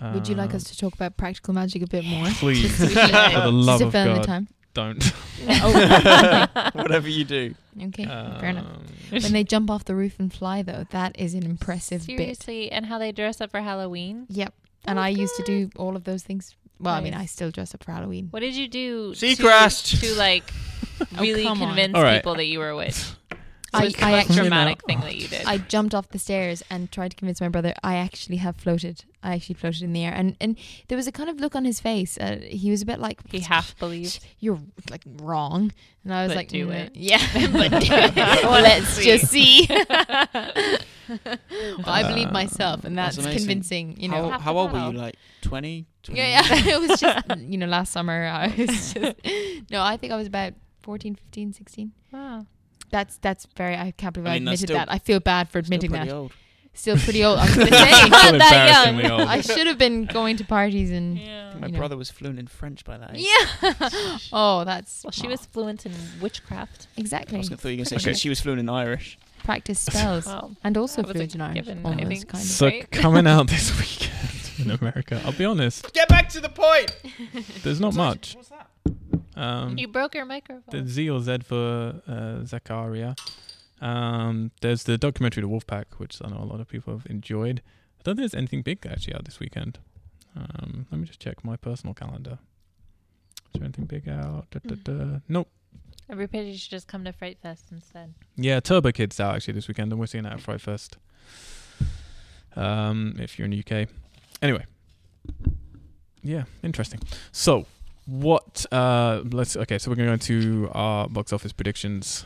Would you like us
Um,
to talk about practical magic a bit <laughs> more?
Please, <laughs>
Just so we
for
can-
the
Just
love
to
of
fill in the
God,
time.
don't. <laughs>
Oh,
<laughs> Whatever you do.
okay, fair enough.
Um,
<laughs> When they jump off the roof and fly, though, that is an impressive bit.
Seriously, and how they dress up for Halloween.
Yep. And I used to do all of those things Well, I mean,
Oh Nice.
I still dress up for Halloween.
What did you do to,
Seacrest!
to like
<laughs>
really
come on.
convince
Oh, All right.
people that you were a witch?
I-
What was the
I
most
actually-
dramatic thing that you did?
I jumped off the stairs and tried to convince my brother I actually have floated. I actually floated in the air, and and there was a kind of look on his face. Uh, he was a bit like
he half believed. <laughs>
you're like wrong, and I was
But
like,
do
"Mm,
it."
<laughs> yeah.
<laughs> But do it.
Well, let's just see. <laughs>
<laughs>
Well, I believe
Uh,
myself, and
that's
that's,
amazing.
convincing. You know,
how,
Half
how
the
old were
battle.
you? Like 20?
yeah, yeah. <laughs> it was just
<laughs>
you know last summer I
Oh,
was just no. I think I was about 14, 15, 16.
Wow.
That's that's very. I can't believe
I
I,
mean, that's
admitted
still-
that. I feel bad for admitting
Still pretty
that.
old.
Still pretty
<laughs>
old. I was gonna
Still
say <laughs> not that young.
embarrassingly old.
I should have been going to parties and
Yeah.
My
You know.
brother was fluent in French by that age.
<laughs> yeah. oh, that's
Well, she
aw.
was fluent in witchcraft.
I
<laughs> exactly
was gonna thought you were going to say
Okay.
she, she was fluent in Irish.
practice spells
<laughs>
Well,
and also
that was a
fluent in Irish.
given, I
almost,
think.
kind of.
So
Right?
<laughs> coming out
<laughs>
this weekend in America, I'll be honest,
Get back to the point!
there's not much.
What's that?
Um,
you broke your
the
microphone.
Z or Z for uh, Zachariah. Um, there's the documentary The Wolfpack, which I know a lot of people have enjoyed. I don't think there's anything big actually out this weekend. Um, let me just check my personal calendar. Is there anything big out? Da, da, da. Nope.
Everybody should just come to Fright Fest instead.
Yeah, Turbo Kids out actually this weekend, and we're seeing that at Fry Fest. Um, if you're in the UK. Anyway. Yeah, interesting. So, what? Uh, let's. Okay, so we're going to go into our box office predictions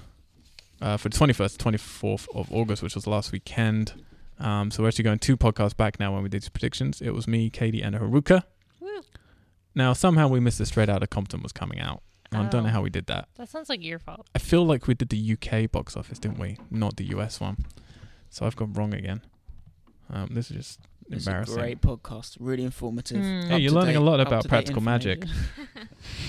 uh, for the twenty first, twenty fourth of August, which was last weekend. Um, so we're actually going two podcasts back now when we did these predictions. It was me, Katie, and Haruka.
Woo.
Now somehow we missed the straight out of Compton was coming out. I don't know
Oh.
how we did that.
That sounds like your fault.
I feel like we did the UK box office, didn't we? Not the US one. So I've gone wrong again. Um, this is just
It's a
embarrassing.
great podcast. Really informative.
Mm.
Hey,
Up
you're
to
learning a
date-
lot
up
about
to date
practical magic.
<laughs>
information.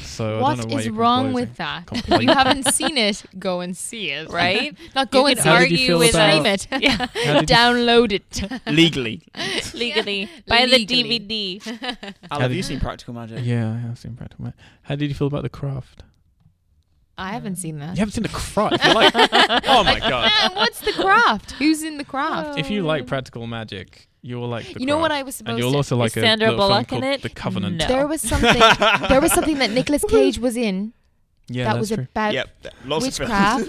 So I don't
what
know why
is
you're
wrong
complaining.
with that? If
Complaining.
you haven't seen
<laughs>
it, go and see <laughs> it.
Right?
Not go
You
and
can
see
How did you
it.
argue
feel
with
about-
Stream
<laughs>
it.
Yeah,
<laughs>
How did you-
Download it.
<laughs>
Legally.
<laughs> legally.
Yeah,
Buy
legally.
the DVD.
Al,
How
have
did-
you seen Practical Magic?
Yeah, I have seen practical magic. How did you feel about the craft?
I haven't seen that.
You haven't seen the craft. You're
<laughs>
<laughs>
like, oh my god.
Ah, What's the craft? Who's in the craft?
If you like practical magic, you'll like. The
you know what
Craft.
I was
And
supposed
you'll
to.
also like
Is Sandra
a little film
Bullock in
called
it?
The Covenant.
No.
There was <laughs> something. there was something that
<laughs>
Nicolas Cage was in
Yeah,
that
that's
was
true.
about
<laughs> Yep. Lots of
witchcraft.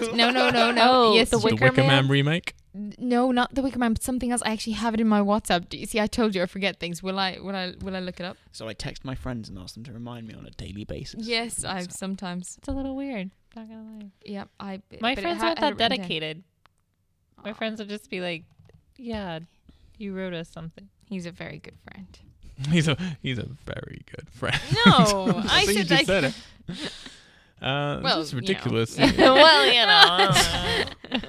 <laughs>
no, no,
<laughs>
no, no.
Oh,
yes,
the
you-
the
Wicker
Wicker Man,
Man?
remake. <laughs>
no, not the Wicker Man, but something else. I actually have it in my WhatsApp. Do you see? I told you I forget things. Will I? Will I? Will I look it up?
So I text my friends and ask them to remind me on a daily basis.
Yes,
I
I've sometimes.
It's a little weird. Not gonna lie.
Yeah, I.
My
but it
friends
ha-
aren't
I had
that
it written down.
dedicated. My
Aw.
friends would just be like, "Yeah, you wrote us something."
He's a very good friend.
He's a he's a very good friend. <laughs>
No,
So
I
you
said
just
<laughs>
I- <laughs>
said it. Uh,
Well,
this is
you know. <laughs>
ridiculous.
well, <laughs>
<laughs>
you know. <laughs>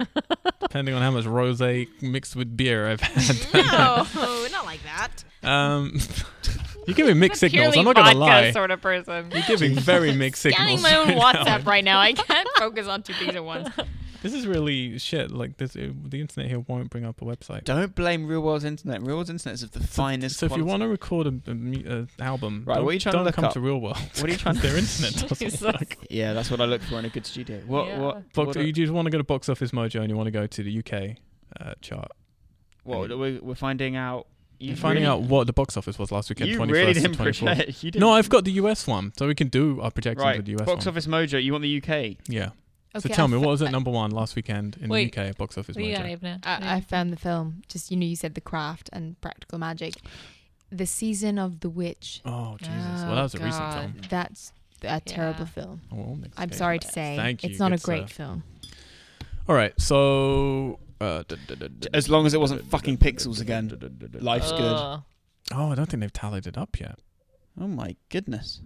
Depending on how much rosé mixed with beer I've
<laughs>
had.
no, not like that.
<laughs> Um, you're giving mixed signals.
Purely
I'm not gonna
vodka
lie.
sort of person.
You're giving very mixed
Scanning
signals. <laughs>
my own
right now.
WhatsApp right now. I can't focus on two things
<laughs>
at once.
This is really shit. Like this, it, the internet here won't bring up a website.
Don't blame real world internet. Real world internet is of the finest.
so if you
quality.
want to record a, a, mu- a album,
Right,
don't,
what are you trying to
don't
look
come
up?
to real world.
What are you
<laughs>
trying to-
Their internet
<laughs>
doesn't work.
yeah, that's what I look for in a good studio. What?
Yeah.
What?
Box,
what,
you just want to go to Box Office Mojo and you want to go to the UK uh, chart.
what we're, we're finding out. You
You're finding
really,
out what the box office was last weekend.
You
21st
really
to
didn't
24th.
project. You didn't.
No, I've got the US one, so we can do our projections
right.
with the US
Box
one.
Office Mojo. You want the UK?
Yeah. so
Okay,
tell
I
me,
fo-
what was at number one last weekend in
Wait.
the UK box office
What you
mojo?
got, Abner?
I, I found the film. Just you know, you said the craft and practical magic. The season of the witch.
Oh Jesus!
Oh,
well, that was a recent
God.
film.
That's a terrible
Yeah.
film.
Oh, well, next
I'm
case.
sorry to say,
Thank you, uh,
it's not a
good
great
sir.
film.
All right, so uh, da- da- da- da-
As long as it wasn't fucking pixels again. Life's good.
Ugh.
Oh, I don't think they've tallied it up yet.
Oh my goodness.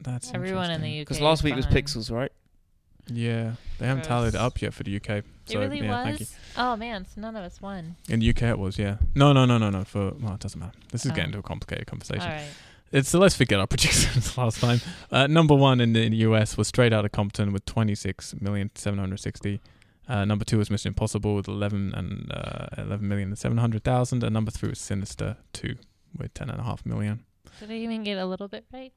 That's
Everyone in the UK.
Because last week
is
was
fine.
pixels, right?
interesting. Yeah, they haven't tallied it
Gross.
up yet for the UK.
It
So
really
yeah,
was.
thank you.
Oh man, so none of us won.
In the UK, it was yeah. No, no, no, no, no. For well, it doesn't matter. This is
Oh.
getting into a complicated
All
conversation.
right.
It's so let's forget our <laughs> predictions last time. Uh, number one in the, in the US was Straight Outta Compton with twenty six million seven hundred sixty. Uh, number two was Mission Impossible with eleven and uh, eleven million and seven hundred thousand, and number three was Sinister Two with ten and a half million.
Did I even get a little bit right?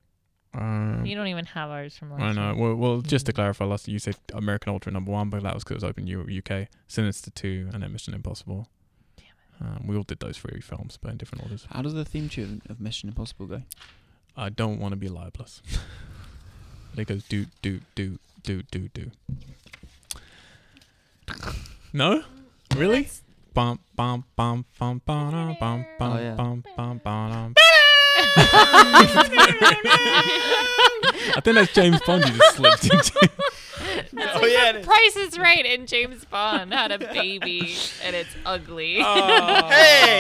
Um,
You don't even have ours from last.
I know. <laughs>
<laughs> week.
Well, well, just to clarify, last you said American Ultra number one, but that was because it was open U- UK. Sinister Two and then Mission Impossible. Um, we all did those three films, but in different orders.
<laughs> How does the theme tune of Mission Impossible go?
I don't want to
<laughs>
be libelous. but it goes do do do do do do. No, really?
That's-
Bum bum bum bum bum bum bum
Oh, yeah.
bum bum bum. I think that's James Bond you just slipped into.
That's
Oh,
like
yeah,
the
it is.
Price is Right and James Bond had a baby and it's ugly.
<laughs> <laughs> Hey,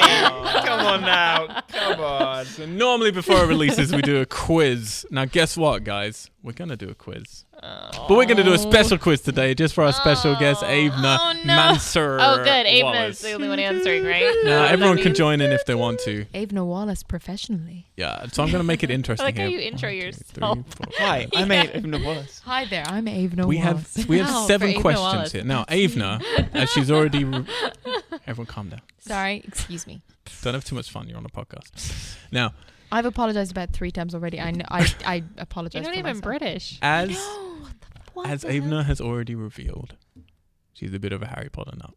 come on now, come on.
So normally before it releases, we do a quiz. Now guess what, guys? We're gonna do a quiz,
Oh.
<laughs> but we're gonna do a special quiz today just for our special guest,
Oh.
Avna
Oh, no.
Mansur.
Oh, good. Ava
Wallace.
is the only one answering, right?
<laughs> Now
I
everyone
love
can
you.
join in if they want to.
Avner Wallace professionally.
Yeah. So I'm gonna
<laughs>
make it
I
interesting
like how
here.
you intro Oh.
One, two,
yourself.
three, four,
Hi, I'm
Yeah.
Aiden Wallace.
Hi there, I'm Avner
we have
Wallace. <laughs>
we have
Oh, for
seven
Avna
questions
Wallace.
here. Now,
<laughs>
Avna, as she's already re- everyone calm down.
Sorry, excuse me.
Don't have too much fun. You're on a podcast. Now,
I've apologized about three times already. I know, I, I
You're
apologize.
not
for
even
<laughs>
myself.
British. <laughs> <gasps>
as
No, what
as
the hell?
Avna has already revealed, she's a bit of a Harry Potter nut.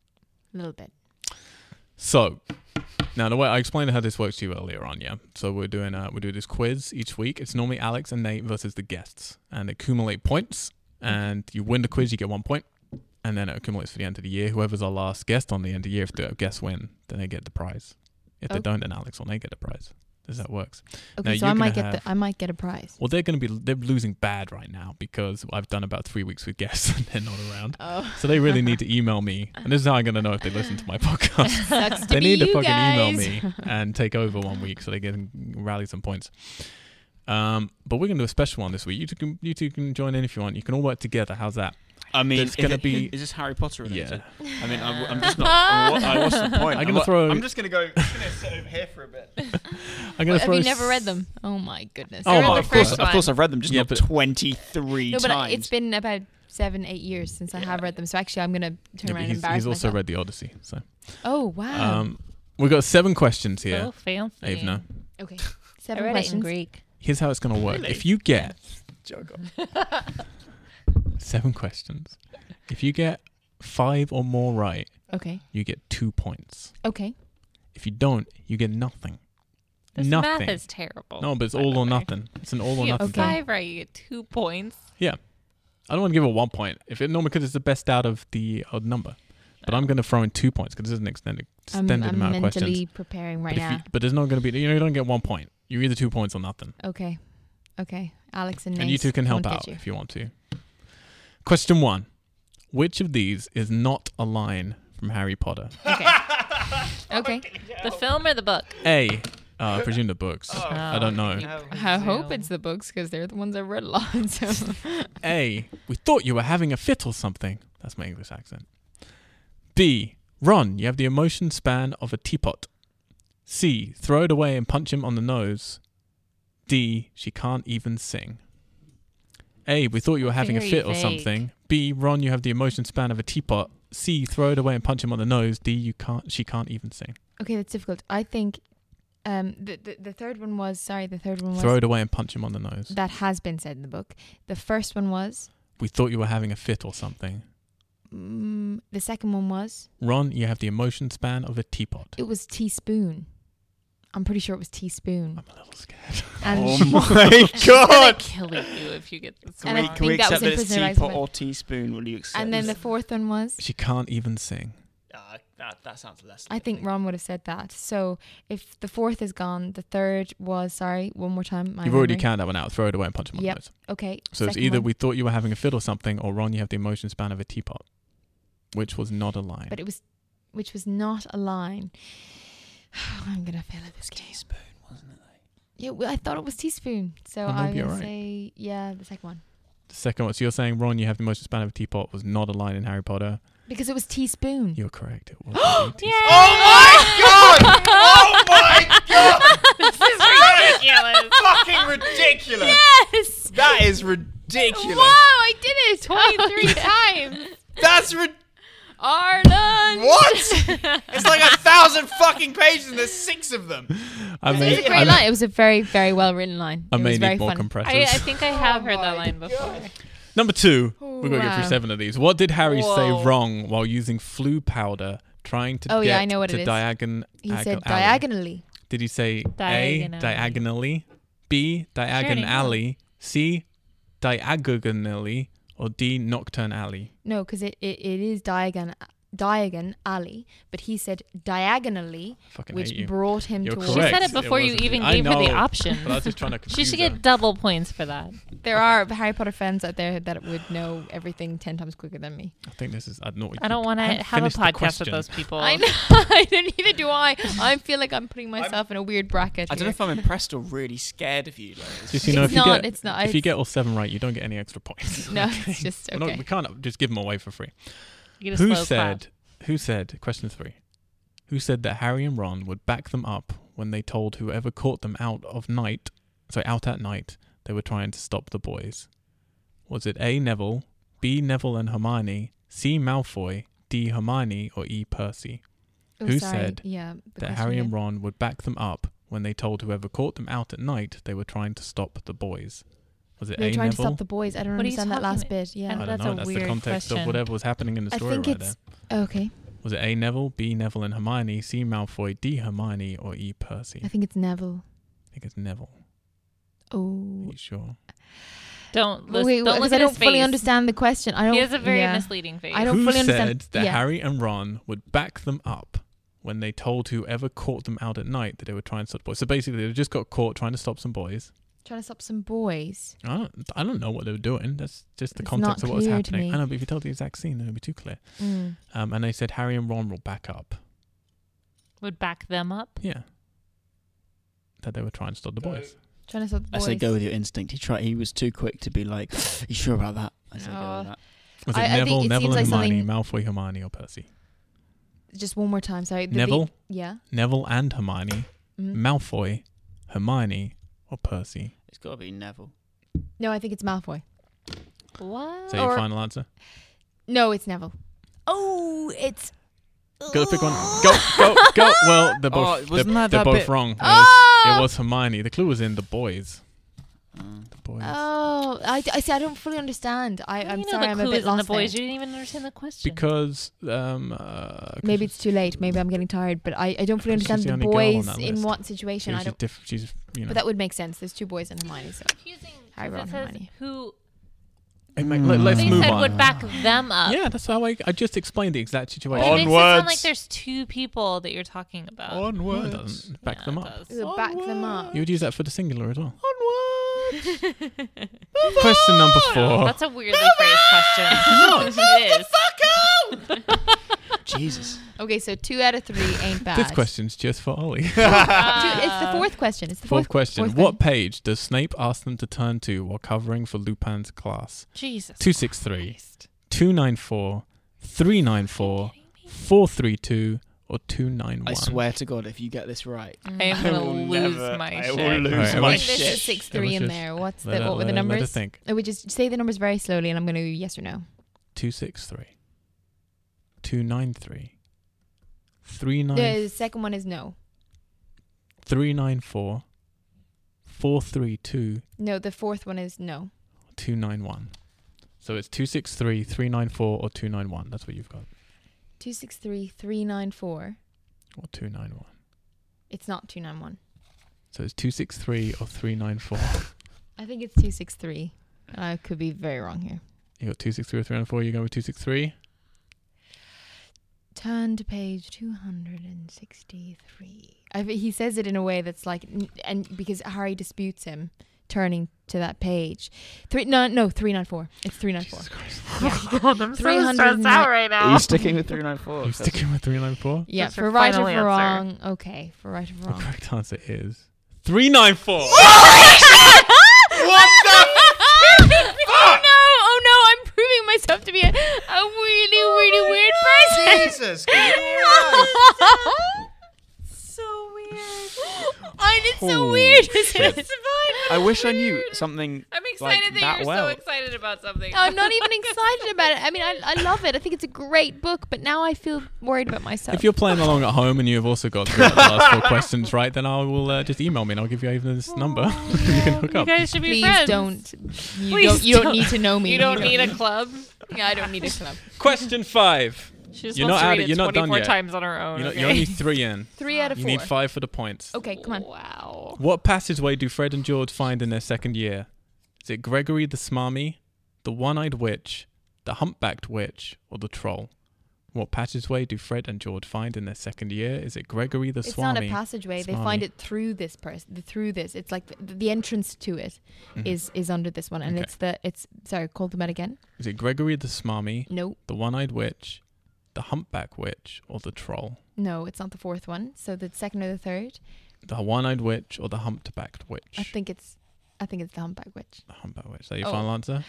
A little bit.
So now the way I explained how this works to you earlier on, yeah. So we're doing uh, we do this quiz each week. It's normally Alex and Nate versus the guests, and they accumulate points. And you win the quiz, you get one point, and then it accumulates for the end of the year. Whoever's our last guest on the end of the year, if the guests win, then they get the prize. If they
Oh.
don't, then Alex or Nate get the prize. That's how it works.
Okay,
Now,
so
you're
I might
gonna
get the I might get a prize.
Well, they're going to be they're losing bad right now because I've done about three weeks with guests <laughs> and they're not around.
Oh,
So they really need to email me, and this is how I'm going to know if they listen to my <laughs> podcast.
sucks
they need to fucking email
<laughs>
me and take over one week so they can rally some points. Um, but we're gonna do a special one this week. You two can you two can join in if you want. You can all work together. How's that?
I mean,
There's
if
gonna
it-
be-
Is this Harry Potter
Yeah.
related? I mean, I'm, I'm just not. I'm, what- I- what's the point?
I'm gonna
<laughs>
throw-
I'm just gonna go. I'm just gonna sit over here for a bit.
I'm gonna
Well, have
throw
you
s-
never read them? Oh my goodness.
Oh
I
my
read the
God.
of course,
first
of course,
one.
I've read them, just
Yeah,
not
but-
23
No, but I-
times.
it's been about seven, eight years since I have read them. So actually, I'm gonna turn
Yeah, but
around and
he's,
embarrass
he's also
myself.
read the Odyssey. So
oh wow.
um, we've got seven questions
So
here,
fancy.
Avna.
okay.
I
Seven
read it in
questions.
Greek.
Here's how it's gonna work.
Really?
If you get
<laughs>
Jog on.
seven questions, if you get five or more right,
Okay.
you get two points.
Okay.
If you don't, you get nothing.
This
nothing.
math is terrible.
no, but it's
by
all
the
or
way.
nothing. It's an all
You
or
get
nothing. thing.
five right, you get two points.
I don't want to give it one point. If it normally because it's the best out of the odd number, but I'm going to throw in two points because it's an extended
Oh. I'm,
extended
I'm
amount of questions.
mentally preparing right
but, if you,
now.
but there's not going to be you know you don't get one point. You're either two points or nothing,
Okay. Okay. Alex and
and you
Nate,
two can
I
help
won't
out
get you.
if you want to. Question one: Which of these is not a line from Harry Potter?
<laughs>
Okay.
Oh,
The film or the book?
a. Uh, I presume the books. I don't know.
I hope it's the books because they're the ones I read a lot. <laughs> So.
<laughs>
A. We thought you were having a fit or something. That's my English accent. B. Ron, you have the emotion span of a teapot. C. Throw it away and punch him on the nose. D. She can't even sing. A. We thought you were having
Very
a fit or
vague.
something. B. Ron, you have the emotion span of a teapot. C. Throw it away and punch him on the nose. D. You can't. She can't even sing.
Okay, that's difficult. I think um, the, the the third one was sorry. The third one was
Throw it away and punch him on the nose.
that has been said in the book. The first one was.
We thought you were having a fit or something.
Mm, the second one was.
Ron, you have the emotion span of a teapot.
It was teaspoon. I'm pretty sure it was teaspoon.
I'm a little scared. <laughs>
And
Oh
<laughs>
my
Gonna
god!
kill you if you get this
Can
And
we,
I
wrong.
can we
think
accept
that
<laughs>
was
that it's
Prisoner of
teapot
Azkaban.
or teaspoon? Will you accept?
and then the fourth one was.
She can't even sing.
Ah, that, that sounds less.
I think Ron would have said that. So if the fourth is gone, the third was sorry. One more time. My
You've already
memory.
counted that one out. Throw it away and punch him on
Yep.
the nose.
Okay.
So it's
second
either
one.
we thought you were having a fit or something, or Ron, you have the emotion span of a teapot, which was not a line.
But it was, which was not a line. <sighs> I'm gonna fail at this game.
teaspoon, wasn't it?
Yeah, well, I thought it was teaspoon. So
Well,
I
maybe
would
you're right.
say, yeah, the second one.
the second one, so you're saying Ron, you have the emotion span of a teapot was not a line in Harry Potter.
Because it was teaspoon.
You're correct. It
<gasps>
was. a teaspoon.
Oh my god! Oh my <laughs> god!
This is ridiculous.
Fucking
Oh,
ridiculous!
Yes!
That is ridiculous.
Wow, I did <laughs> it! Oh,
23
23
times.
That's ri-
Ireland! <laughs>
What? It's like a thousand fucking pages and there's six of them.
I
It was
made,
a great
I,
line. It was a very, very well written line.
I
it
may
was very
need more
fun.
compressors.
I, I think I have heard that line before.
Number two, we're gonna go through
Wow.
seven of these. What did Harry
Whoa.
say wrong while using flu powder, trying to
Oh,
get
yeah, I know what
to
it is.
Diagon?
he said
Alley?
diagonally.
Did he say
Diagonally.
a diagonally, B.
Journey.
Diagon Alley. C. Diagonally. Or D. Nocturne Alley.
No, because it, it, it is Diagon Diagon Alley, but he said diagonally,
I fucking
which
hate you.
brought him
You're
to
She
Correct.
said it before
It
you
wasn't-
even
I
gave her the
know,
option.
But I was just trying to
<laughs> She
confuse
should
her.
get double points for that.
There are Harry Potter fans out there that would know everything ten times quicker than <laughs> me.
I think this is. I don't know. what
I don't
you-
want to
haven't
have a
finished the
podcast with
question.
those people.
I know. I don't either. Do I? I feel like I'm putting myself in a weird bracket.
I don't know
here.
if I'm impressed or really scared of you. Like, it's
Just
just-
you know,
it's
if you
not.
get
it's not.
if you get all seven right, you don't get any extra points.
<laughs> no, it's just
<laughs> We're not-
okay.
we can't just give them away for free.
You get a
Who
slow clap.
said? Who said? Question three. Who said that Harry and Ron would back them up when they told whoever caught them out of night, so out at night, they were trying to stop the boys? Was it A. Neville, B. Neville and Hermione, C. Malfoy, D. Hermione, or E. Percy?
Oh,
who
sorry.
said
Yeah. the
that
question
Harry and
again.
Ron would back them up when they told whoever caught them out at night they were trying to stop the boys. Was it
They were
A.
trying to
Neville?
stop the boys. I don't
What are you
understand that
talking
last
about?
bit.
I
Yeah.
I don't
That's
know.
a
That's the
weird
context
question.
of whatever was happening in the
I
story
think
right
it's
there.
okay.
Was it A. Neville, B. Neville and Hermione, C. Malfoy, D. Hermione, or E. Percy?
I think it's Neville.
I think it's Neville. Are
Oh.
you sure?
Don't listen.
Wait,
don't
because
look
I
at
don't
his
fully
face.
understand the question. I don't.
He has a very
yeah.
misleading face.
I don't
Who
fully
said
understand-
that
yeah.
Harry and Ron would back them up when they told whoever caught them out at night that they were trying to stop boys? So basically, they just got caught trying to stop some boys.
Trying to stop some boys.
I don't, I don't know what they were doing. That's just the
It's
context
not
of what was
clear to
happening.
me.
I know, but if you told the exact scene, then it'd be too clear.
Mm.
Um, and they said Harry and Ron will back up.
Would back them up.
Yeah. That they were trying to stop the boys.
Trying to stop the
I
boys.
say go with your instinct. He tried. He was too quick to be like, "You sure about that?" I say go
Oh.
with that.
Was it
I- I think
Neville,
it
Neville
seems
and
like
Hermione, Malfoy, Hermione, or Percy?
Just one more time. Sorry. The big-
Neville,
yeah.
Neville and Hermione,
Mm.
Malfoy, Hermione, or Percy?
It's got to be Neville.
No, I think it's Malfoy.
What?
Is that your
Or-
final answer?
No, it's Neville. Oh, it's.
Go pick
<gasps>
one. Go, go, go. Well,
Oh,
they're both, they're,
wasn't that
they're
that
both
bit-
wrong. It was,
Oh!
it was Hermione. The clue was in the boys.
Mm.
The boys.
Oh, I, I see. I don't fully understand. I,
You
I'm
know
sorry.
the
I'm
clue
a bit
is in
lost.
the boys.
there.
You didn't even understand the question.
Because um, uh, 'cause
Maybe
she's-
it's too late. Maybe I'm getting tired. But I, I don't fully
Because she's
understand
the
the,
only girl on
boys
that
in
list.
what
she's
situation. I don't.
diff- she's you know.
But that would make sense. There's two boys in Hermione. So
Confusing. 'cause
Harry, Ron,
it says
Hermione.
who
Hey, mate, let, us
they
move
Mm. said
on.
would back them up.
yeah, that's how I, I just explained the exact
But
situation.
it
On-
makes it sound like
Onwards.
there's two people that you're talking about.
No, it
Onwards.
doesn't. Back
Yeah,
them
it
up.
does.
It would back them up.
You would use that for the singular as well.
Onwards. <laughs>
Question number four.
That's a weirdly phrased <laughs> question. it is. <laughs>
Jesus.
okay, so two out of three ain't bad.
This question's just for Ollie.
Two, it's
Uh,
the fourth question. It's the
Fourth
fourth,
question.
fourth
what page does Snape ask them to turn to while covering for Lupin's class?
Jesus.
263,
Christ.
294, 394, 432, or 291?
I swear to God, if you get this right,
I am
I
gonna
will
lose
never-
my
I
shit.
will
<laughs>
lose
Alright,
my
everyone-
Question. There's a
shit.
six three
It
in
was
there. What's the,
Let her-
what were
let her-
the
Let her
numbers?
think.
I would just say the numbers very slowly, and I'm going to yes or no.
263, 293,
The,
39
the second one is no.
394, 432,
No, the fourth one is no.
291. So it's 263, 394, or 291. That's what you've got.
Two six three three nine four.
Or 291.
It's not two nine one.
So it's 263 or 394.
I think it's two six three. I could be very wrong here.
You got 263 or 394. You're going with 263.
Turn to page two hundred and sixty three. He says it in a way that's like, n- and because Harry disputes him turning to that page. Three no no three nine four. It's three nine four.
Jesus Christ. <laughs>
Oh God, I'm so
309
stressed out right
Are
now.
you sticking with 394?
You're sticking with 394?
Yeah,
That's your
for right or
final
for
answer.
wrong. Okay, for right or for
<laughs>
The
wrong.
correct answer is 394.
<laughs>
What
the Oh no! Oh no! I'm proving myself to be a, a really, really weird person.
Jesus.
so weird. I did so
Holy
weird. <laughs>
shit. I wish I knew something.
I'm
like,
excited that
that
you're
well.
so excited about something.
I'm
<laughs>
not even excited about it. I mean, I, I love it. I think it's a great book, but now I feel worried about myself.
If you're playing along at home and you have also got through the last
<laughs>
four questions right, then I will uh, just email me and I'll give you even this number. <laughs> you can hook
You
up.
guys should be
Please
friends.
don't. You
Please
don't. You don't
don't.
need to know me.
You don't need a club.
Yeah, I don't need a club.
Question five.
She just
You're
wants
not
to
out-
read it
you're not done
24
yet.
times on her own.
You're, not,
okay?
you're
<laughs>
only three in.
<laughs> Three out of
You
four. Oh.
need five for the points.
Okay, come on.
Wow.
What passageway do Fred and George find in their second year? Is it Gregory the Smarmy, the One Eyed Witch, the Humpbacked Witch, or the Troll? What passageway do Fred and George find in their second year? Is it Gregory the
It's
Swami?
not a passageway. They find
Swami.
it through this person, through this. It's like the, the entrance to it is
Mhm.
is under this one, and
Okay.
it's the it's sorry. Call them out again.
Is it Gregory the Smarmy,
No,
the One Eyed Witch, the Humpback Witch, or the Troll?
no, it's not the fourth one. So the second or the third.
The One Eyed Witch or the Humpbacked Witch?
I think it's I think it's the humpback witch.
the Humpback Witch. Is that your
Oh.
final answer?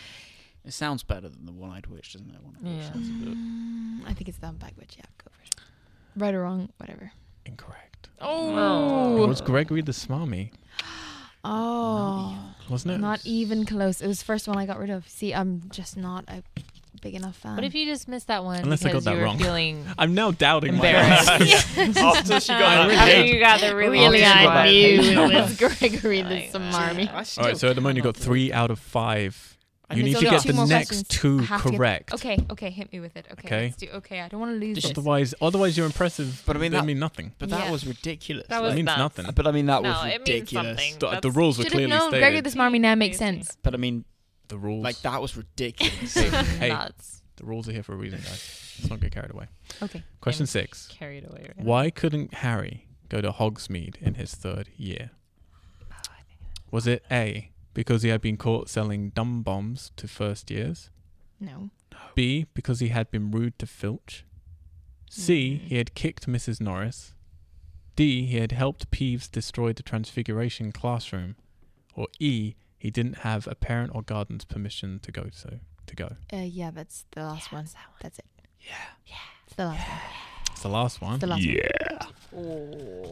It sounds better than the one-eyed witch, doesn't it? One-eyed witch
Yeah.
sounds a bit-
Mm, I think it's the humpback witch. Yeah, go for it. Right or wrong, whatever.
Incorrect.
Oh.
It was Gregory the Smarmy,
Oh,
wasn't it?
not even close. It was the first one I got rid of. See, I'm just not a big enough fan.
What if you just missed that one
Unless I got
because
that
you were
wrong. <laughs>
feeling
I'm now doubting my <laughs>
Embarrassed.
<laughs>
answers.
After she
I
got
really
that,
hate
<laughs> After you got the really,
really,
hard
I
one.
knew
<laughs>
it <laughs> was Gregory the
Like,
Smarmy.
I
All
still
right, so at the moment you got
cannot-
three out of five.
I
You
think so.
need to get
Two
the
more
next
questions.
two
I have to get-
correct.
Okay, okay, hit me with it. Okay,
Okay.
let's do. Okay, I don't want to lose
Does
this.
she-
Otherwise, otherwise you're impressive.
But I mean
they
that-
mean nothing.
But that
Yeah.
was ridiculous.
That
It
was <laughs>
means
nuts.
nothing.
But I mean, that
No,
was
it means
ridiculous.
something.
The, the
That's-
rules were
Should have
clearly
known.
stated.
Gregory the Smarmy now makes sense.
But I mean,
the rules,
like that was <laughs> ridiculous.
<laughs>
Hey.
Nuts.
the rules are here for a reason, guys. Let's not get carried away.
Okay.
Question
I'm
six:
Carried away. Right
Why couldn't Harry go to Hogsmeade in his third year?
Oh,
Was it A because he had been caught selling dumb bombs to first years?
No.
B, because he had been rude to Filch. C,
Mm.
he had kicked Mrs. Norris. D, he had helped Peeves destroy the Transfiguration classroom. Or E, he didn't have a parent or guardian's permission to go so to go.
Uh, yeah, that's the last one. That's it. Yeah. Yeah. It's the last one.
It's the last one.
It's the last one.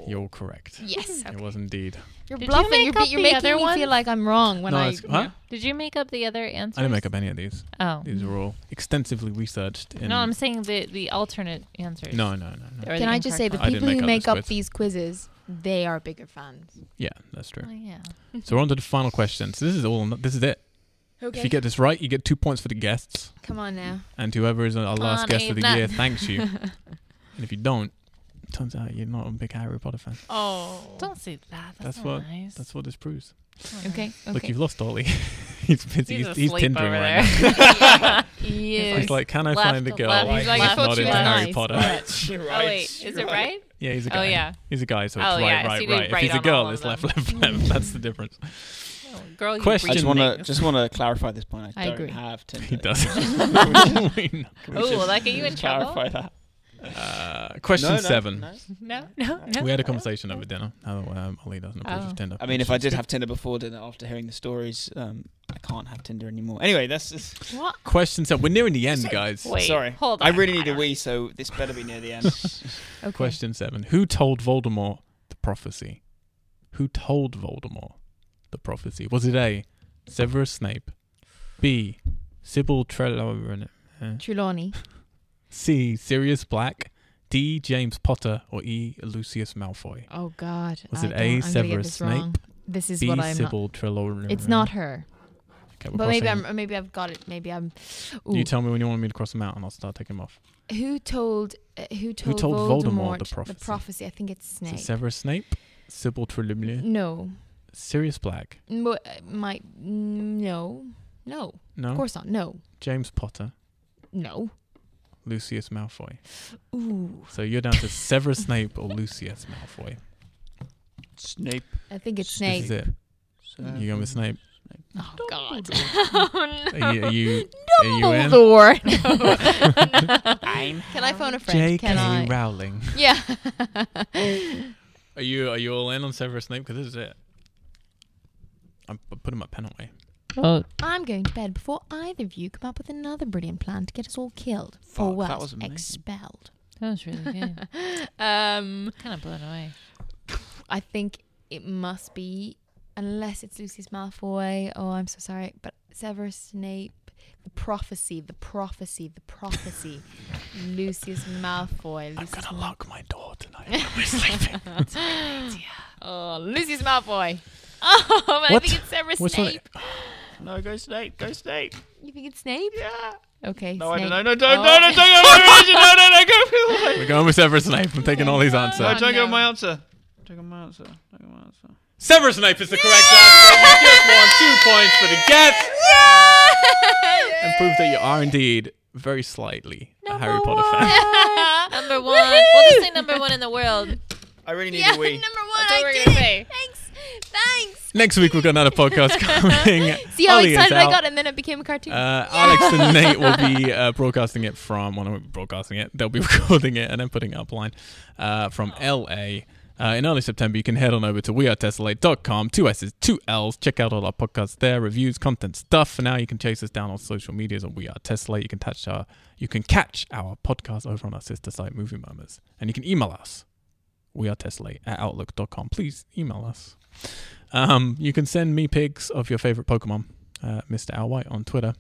You're correct. <laughs>
Yes.
It was indeed.
You're
Did you
bluffing.
make
You are
up
you're
the
making
other
me feel
ones?
like I'm wrong when
no,
I.
it's, huh?
Did you make up the other answers?
I didn't make up any of these.
Oh.
These were all extensively researched. In,
No, I'm saying the the alternate answers.
no, no, no, no.
Or the
Can I just say the
incorrect
I didn't
people who
make
make
up
up
this
these quizzes, they are bigger fans.
Yeah, that's true.
ones. Oh, yeah.
So we're on to the final question. So this is all. This is it. If you get this right, you get two points for the guests.
Come on now.
And whoever is our last
on,
guest of the
Aiden.
year thanks
<laughs>
you. and if you don't, turns out you're not a big Harry Potter fan.
Oh. Don't say that. That's,
That's
not
what-
nice.
That's what this proves.
not
Okay.
nice.
Look,
Okay.
you've lost Ollie. <laughs> he's busy. He's,
He's,
he's,
asleep
tindering
over <laughs>
right
there.
Yes.
now. He's like, can I
Left,
find the girl
left,
he's like, I
who's
thought
not
you
into
were
Harry
nice.
Potter?
Right.
<laughs>
You're
oh
right.
wait, is
You're
it right?
Yeah, he's a
Oh,
guy.
yeah.
He's a guy, so it's
Oh,
right,
yeah, I
right,
see we
right. If
write
he's a
on
girl,
all
it's
of
left,
them.
left, left. <laughs> That's the difference.
Oh, girl, you
Question.
I just want to
breed
just want to clarify this point. I,
I
don't
agree.
have Tinder.
He
<laughs>
<laughs>
does. <laughs> We know.
Can we
things. Oh, will
just
that get you in trouble?
clarify that.
uh, question
No, no,
seven.
no.
No, no, no.
We had a conversation over dinner. How um, Ollie doesn't approve
Oh.
of Tinder.
I mean, if I did have Tinder before dinner, after hearing the stories, um, I can't have Tinder anymore. Anyway, that's just,
What?
question seven. We're nearing the end, guys.
Wait,
sorry.
Hold on.
I really need a
don't-
wee, so this better be near the
<laughs>
end.
Okay.
Question seven. Who told Voldemort the prophecy? Who told Voldemort the prophecy? Was it A. Severus Snape? B. Sybil Trelawney?
Trelawney.
C. Sirius Black? D. James Potter? Or E. Lucius Malfoy?
Oh God.
Was
I
it
don't-
A,
I'm gonna get
Severus
this wrong. This is
B.
what I'm. Not,
Sybil Trelawney?
it's not her.
Okay, we're
But maybe
crossing-
I'm. Maybe I've got it. Maybe I'm. Ooh.
You tell me when you want me to cross them out, and I'll start taking them off.
who told? Uh, who told,
told Voldemort
Voldemort,
the
the
prophecy?
prophecy? I think it's
Is it
Snape.
Severus Snape? Sybil Trelawney?
No.
Sirius Black?
Mo- uh, my no. No.
No.
Of course not. No.
James Potter?
No.
Lucius Malfoy?
Ooh.
So you're down to Severus Snape or Lucius Malfoy?
Snape.
I think it's
This is
<laughs>
it.
Snape.
You going with Snape?
Oh
<laughs>
God.
oh, no.
Are you, are you, are you in? <laughs>
Dumbledore.
I'm
<laughs> Can I phone a friend? Can
J.K.
I?
Rowling.
<laughs> Yeah.
Are you are you all in on Severus Snape? Because this is it. I'm, I'm putting my pen away.
Oh,
I'm going to bed before either of you come up with another brilliant plan to get us all killed
Fuck,
or worse,
that was amazing.
expelled.
that was really <laughs> good.
<laughs> Um,
kind of blown away.
I think it must be, unless it's Lucius Malfoy. Oh, I'm so sorry, but Severus Snape, the prophecy, the prophecy, the prophecy, Lucius Malfoy.
I'm
Lucius
gonna lock my door tonight when we're
<laughs>
sleeping.
Oh, Lucius Malfoy. <laughs>
Oh,
What?
I think it's Severus
Which one?
Snape.
No, go Snape. Go Snape.
You think it's Snape?
Yeah.
Okay.
No, I
snake.
don't know. No, don't,
Oh.
no, no, don't go with my answer. No, no, no, go with
<laughs> We're going with Severus Snape. I'm taking all his answers.
No,
Oh,
don't go with
no.
my answer. Don't go with my answer. Don't go with my answer.
Severus Snape is the correct answer. You just won two points for the
<laughs>
guess. And prove that you are indeed very slightly a Harry Potter fan.
number one. We'll just say <laughs> number one in the world.
I really need
Yeah, <laughs>
a
number
<laughs>
wee.
one.
That's all
I
we're
did
gonna
it.
say.
Thanks. Thanks.
Next week we've got another
<laughs>
podcast coming.
See how
Ollie is
excited I
out.
got, and then it became a cartoon.
Uh, Alex and Nate will be uh, broadcasting it from. Well, not broadcasting it. They'll be <laughs> recording it and then putting it up online uh, from LA. Uh, in early September, you can head on over to wearetessellate.com, two S's, two L's. Check out all our podcasts there, reviews, content, stuff. For now, you can chase us down on social medias on We Are Tessellate. You can touch our, you can catch our podcast over on our sister site, Movie Murmurs, and you can email us, We Are Tessellate at outlook.com. Please email us. Um, you can send me pics of your favorite Pokemon, uh, Mr. Al White on Twitter.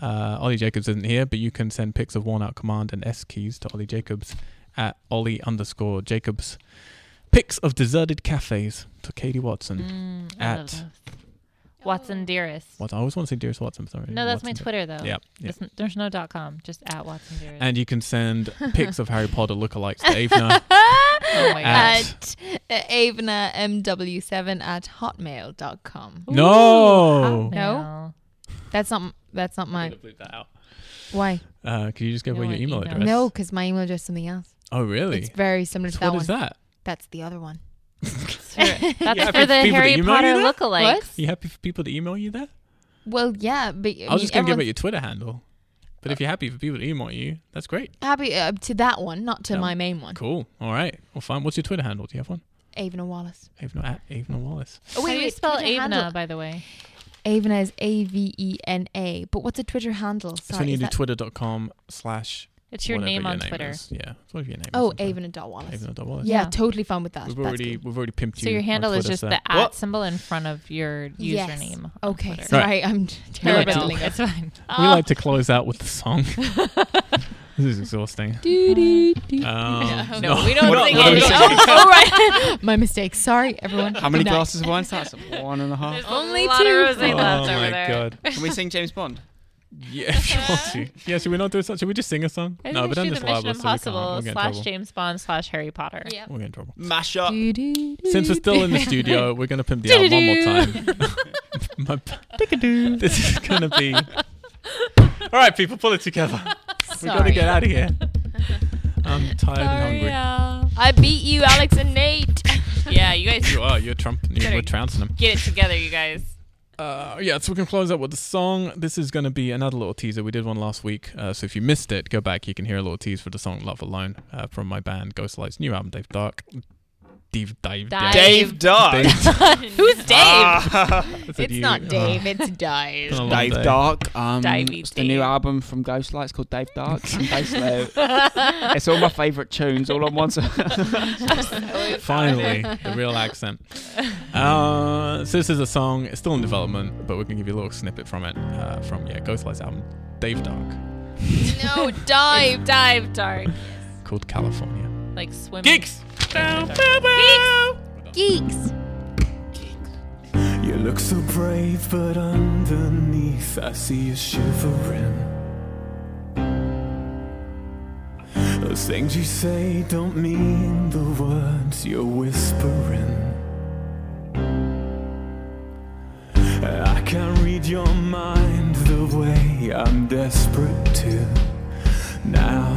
Uh, Ollie Jacobs isn't here, but you can send pics of worn out command and S keys to Ollie Jacobs at Ollie underscore Jacobs. Pics of deserted cafes to Katie Watson.
Mm, I
At-
love those. Watson Dearest.
What I always want to say Dearest Watson, sorry.
No, that's my
Watson.
Twitter though.
Yeah, yeah.
It's n- There's no dot com, just at Watson Dearest.
And you can
<laughs>
send pics of Harry Potter lookalikes to
<laughs>
Avner.
oh my god.
at-
at uh, avnamw7 at hotmail.com.
no!
No. That's not that's not my why.
Uh, can you just give
No,
away your
I
email
emailed.
address?
No, because my email address is something else.
Oh, really?
It's very similar
So
to that
what
one.
is that?
That's the other one.
That's for, that's
Yeah,
for the
people that
Harry
email
Potter
you that?
lookalikes.
You happy for people to email you that?
Well, yeah, but
I was just going to give out your Twitter handle. But if you're happy for people to email you, that's great.
happy uh, to that one, not to
No.
my main one.
Cool. All right. Well, fine. What's your Twitter handle? Do you have one?
Avna Wallace.
Avner
Uh,
at Avner Wallace.
Oh,
How do you spell
Twitter
Avna,
handle-
by the way?
Avna is A V E N A. But what's a Twitter handle?
It's when
Sorry.
you
is
do
that-
twitter.com slash
It's your
whatever
name on Twitter.
Is. Yeah. It's whatever your name
oh,
is. on Twitter.
Avna dot Wallace.
Avner dot Wallace.
Yeah,
Yeah.
totally fine with that.
We've
That's
already
good.
we've already pimped you.
So your
on
handle is
Twitter,
just
so-
the
What?
at symbol in front of your
Yes.
username. on
Okay,
Twitter.
sorry, I'm
No,
terrible
no,
at lingo.
it's fine.
We
<laughs>
like to close out with the
<laughs>
song. this is exhausting. Um,
No, we don't
What- what are
sing
we
anything.
singing?
All oh, right,
<laughs>
my mistake. Sorry, everyone.
How many
Good night.
glasses of wine's that? One and a half.
<laughs> There's
Only
a lot
two.
of rosé
oh
left
my
over there.
god.
Can we sing James Bond?
Yeah, if you want
<laughs>
to. Yeah, should we not do a song? Should we just sing a song?
I
no, but
think we
I'm
should
just
do Mission
liable, so we can't.
Impossible
We'll get in
slash
trouble.
James Bond slash Harry Potter.
Yeah.
We'll get in trouble.
Mash up.
Since we're still in the studio, we're going to pimp the out one more time. My p- this is going to be. <laughs> All right, people, pull it together. we got to
Sorry.
get out of here. I'm tired and hungry.
I beat you, Alex and Nate.
yeah, you guys
You are. You're Trump. You're,
Sorry.
we're trouncing him.
get it together, you
<laughs>
guys.
Uh, yeah, so we can close out with the song. This is going to be another little teaser. We did one last week, uh, so if you missed it, go back. You can hear a little tease for the song "Love Alone" uh, from my band Ghostlight's new album, Dave Dark. Dave, Dave,
Dive.
Dave <laughs> Dark.
Dave.
<laughs> Who's Dave?
Ah.
<laughs> That's a
It's
new-
not
oh,
Dave, it's
it's
Dave. <laughs>
been a long
Dave
day.
Dark. Um,
Divey
it's the new
Dave.
album from Ghostlight. It's called Dave
<laughs>
Dark. and Go Slow.
<laughs>
it's all my favourite tunes, all on one song.
Finally, the real accent. Uh, so this is a song. It's still in development, but we're gonna give you a little snippet from it. Uh, from yeah, Ghostlight's album, Dave Dark,
no, Dive.
Dive dark.
called California.
Like swimming.
Geeks.
Geeks.
You look so brave, but underneath I see you shivering. Those things you say don't mean the words you're whispering. I can't read your mind the way I'm desperate to now.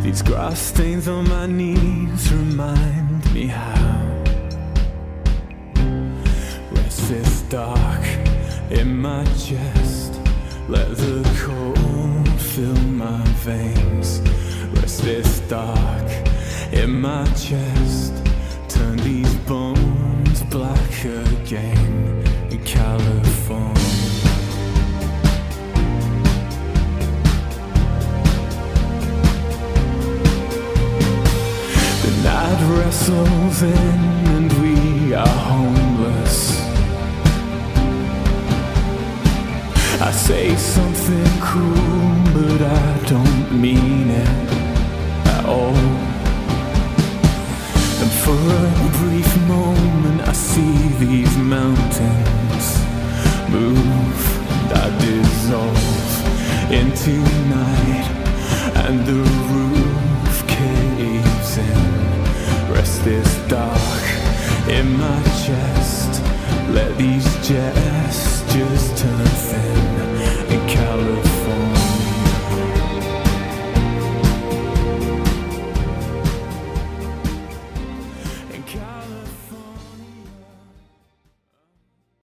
These grass stains on my knees remind me how restless dark in my chest. Let the cold fill my veins. Restless dark in my chest. Turn these bones black again in California. The night wrestles in and we are homeless. I say something cool, but I don't mean it at all. And for a brief moment, I see these mountains move and I dissolve.
into night, and the roof caves in. Rest is dark in my chest. Let these jets.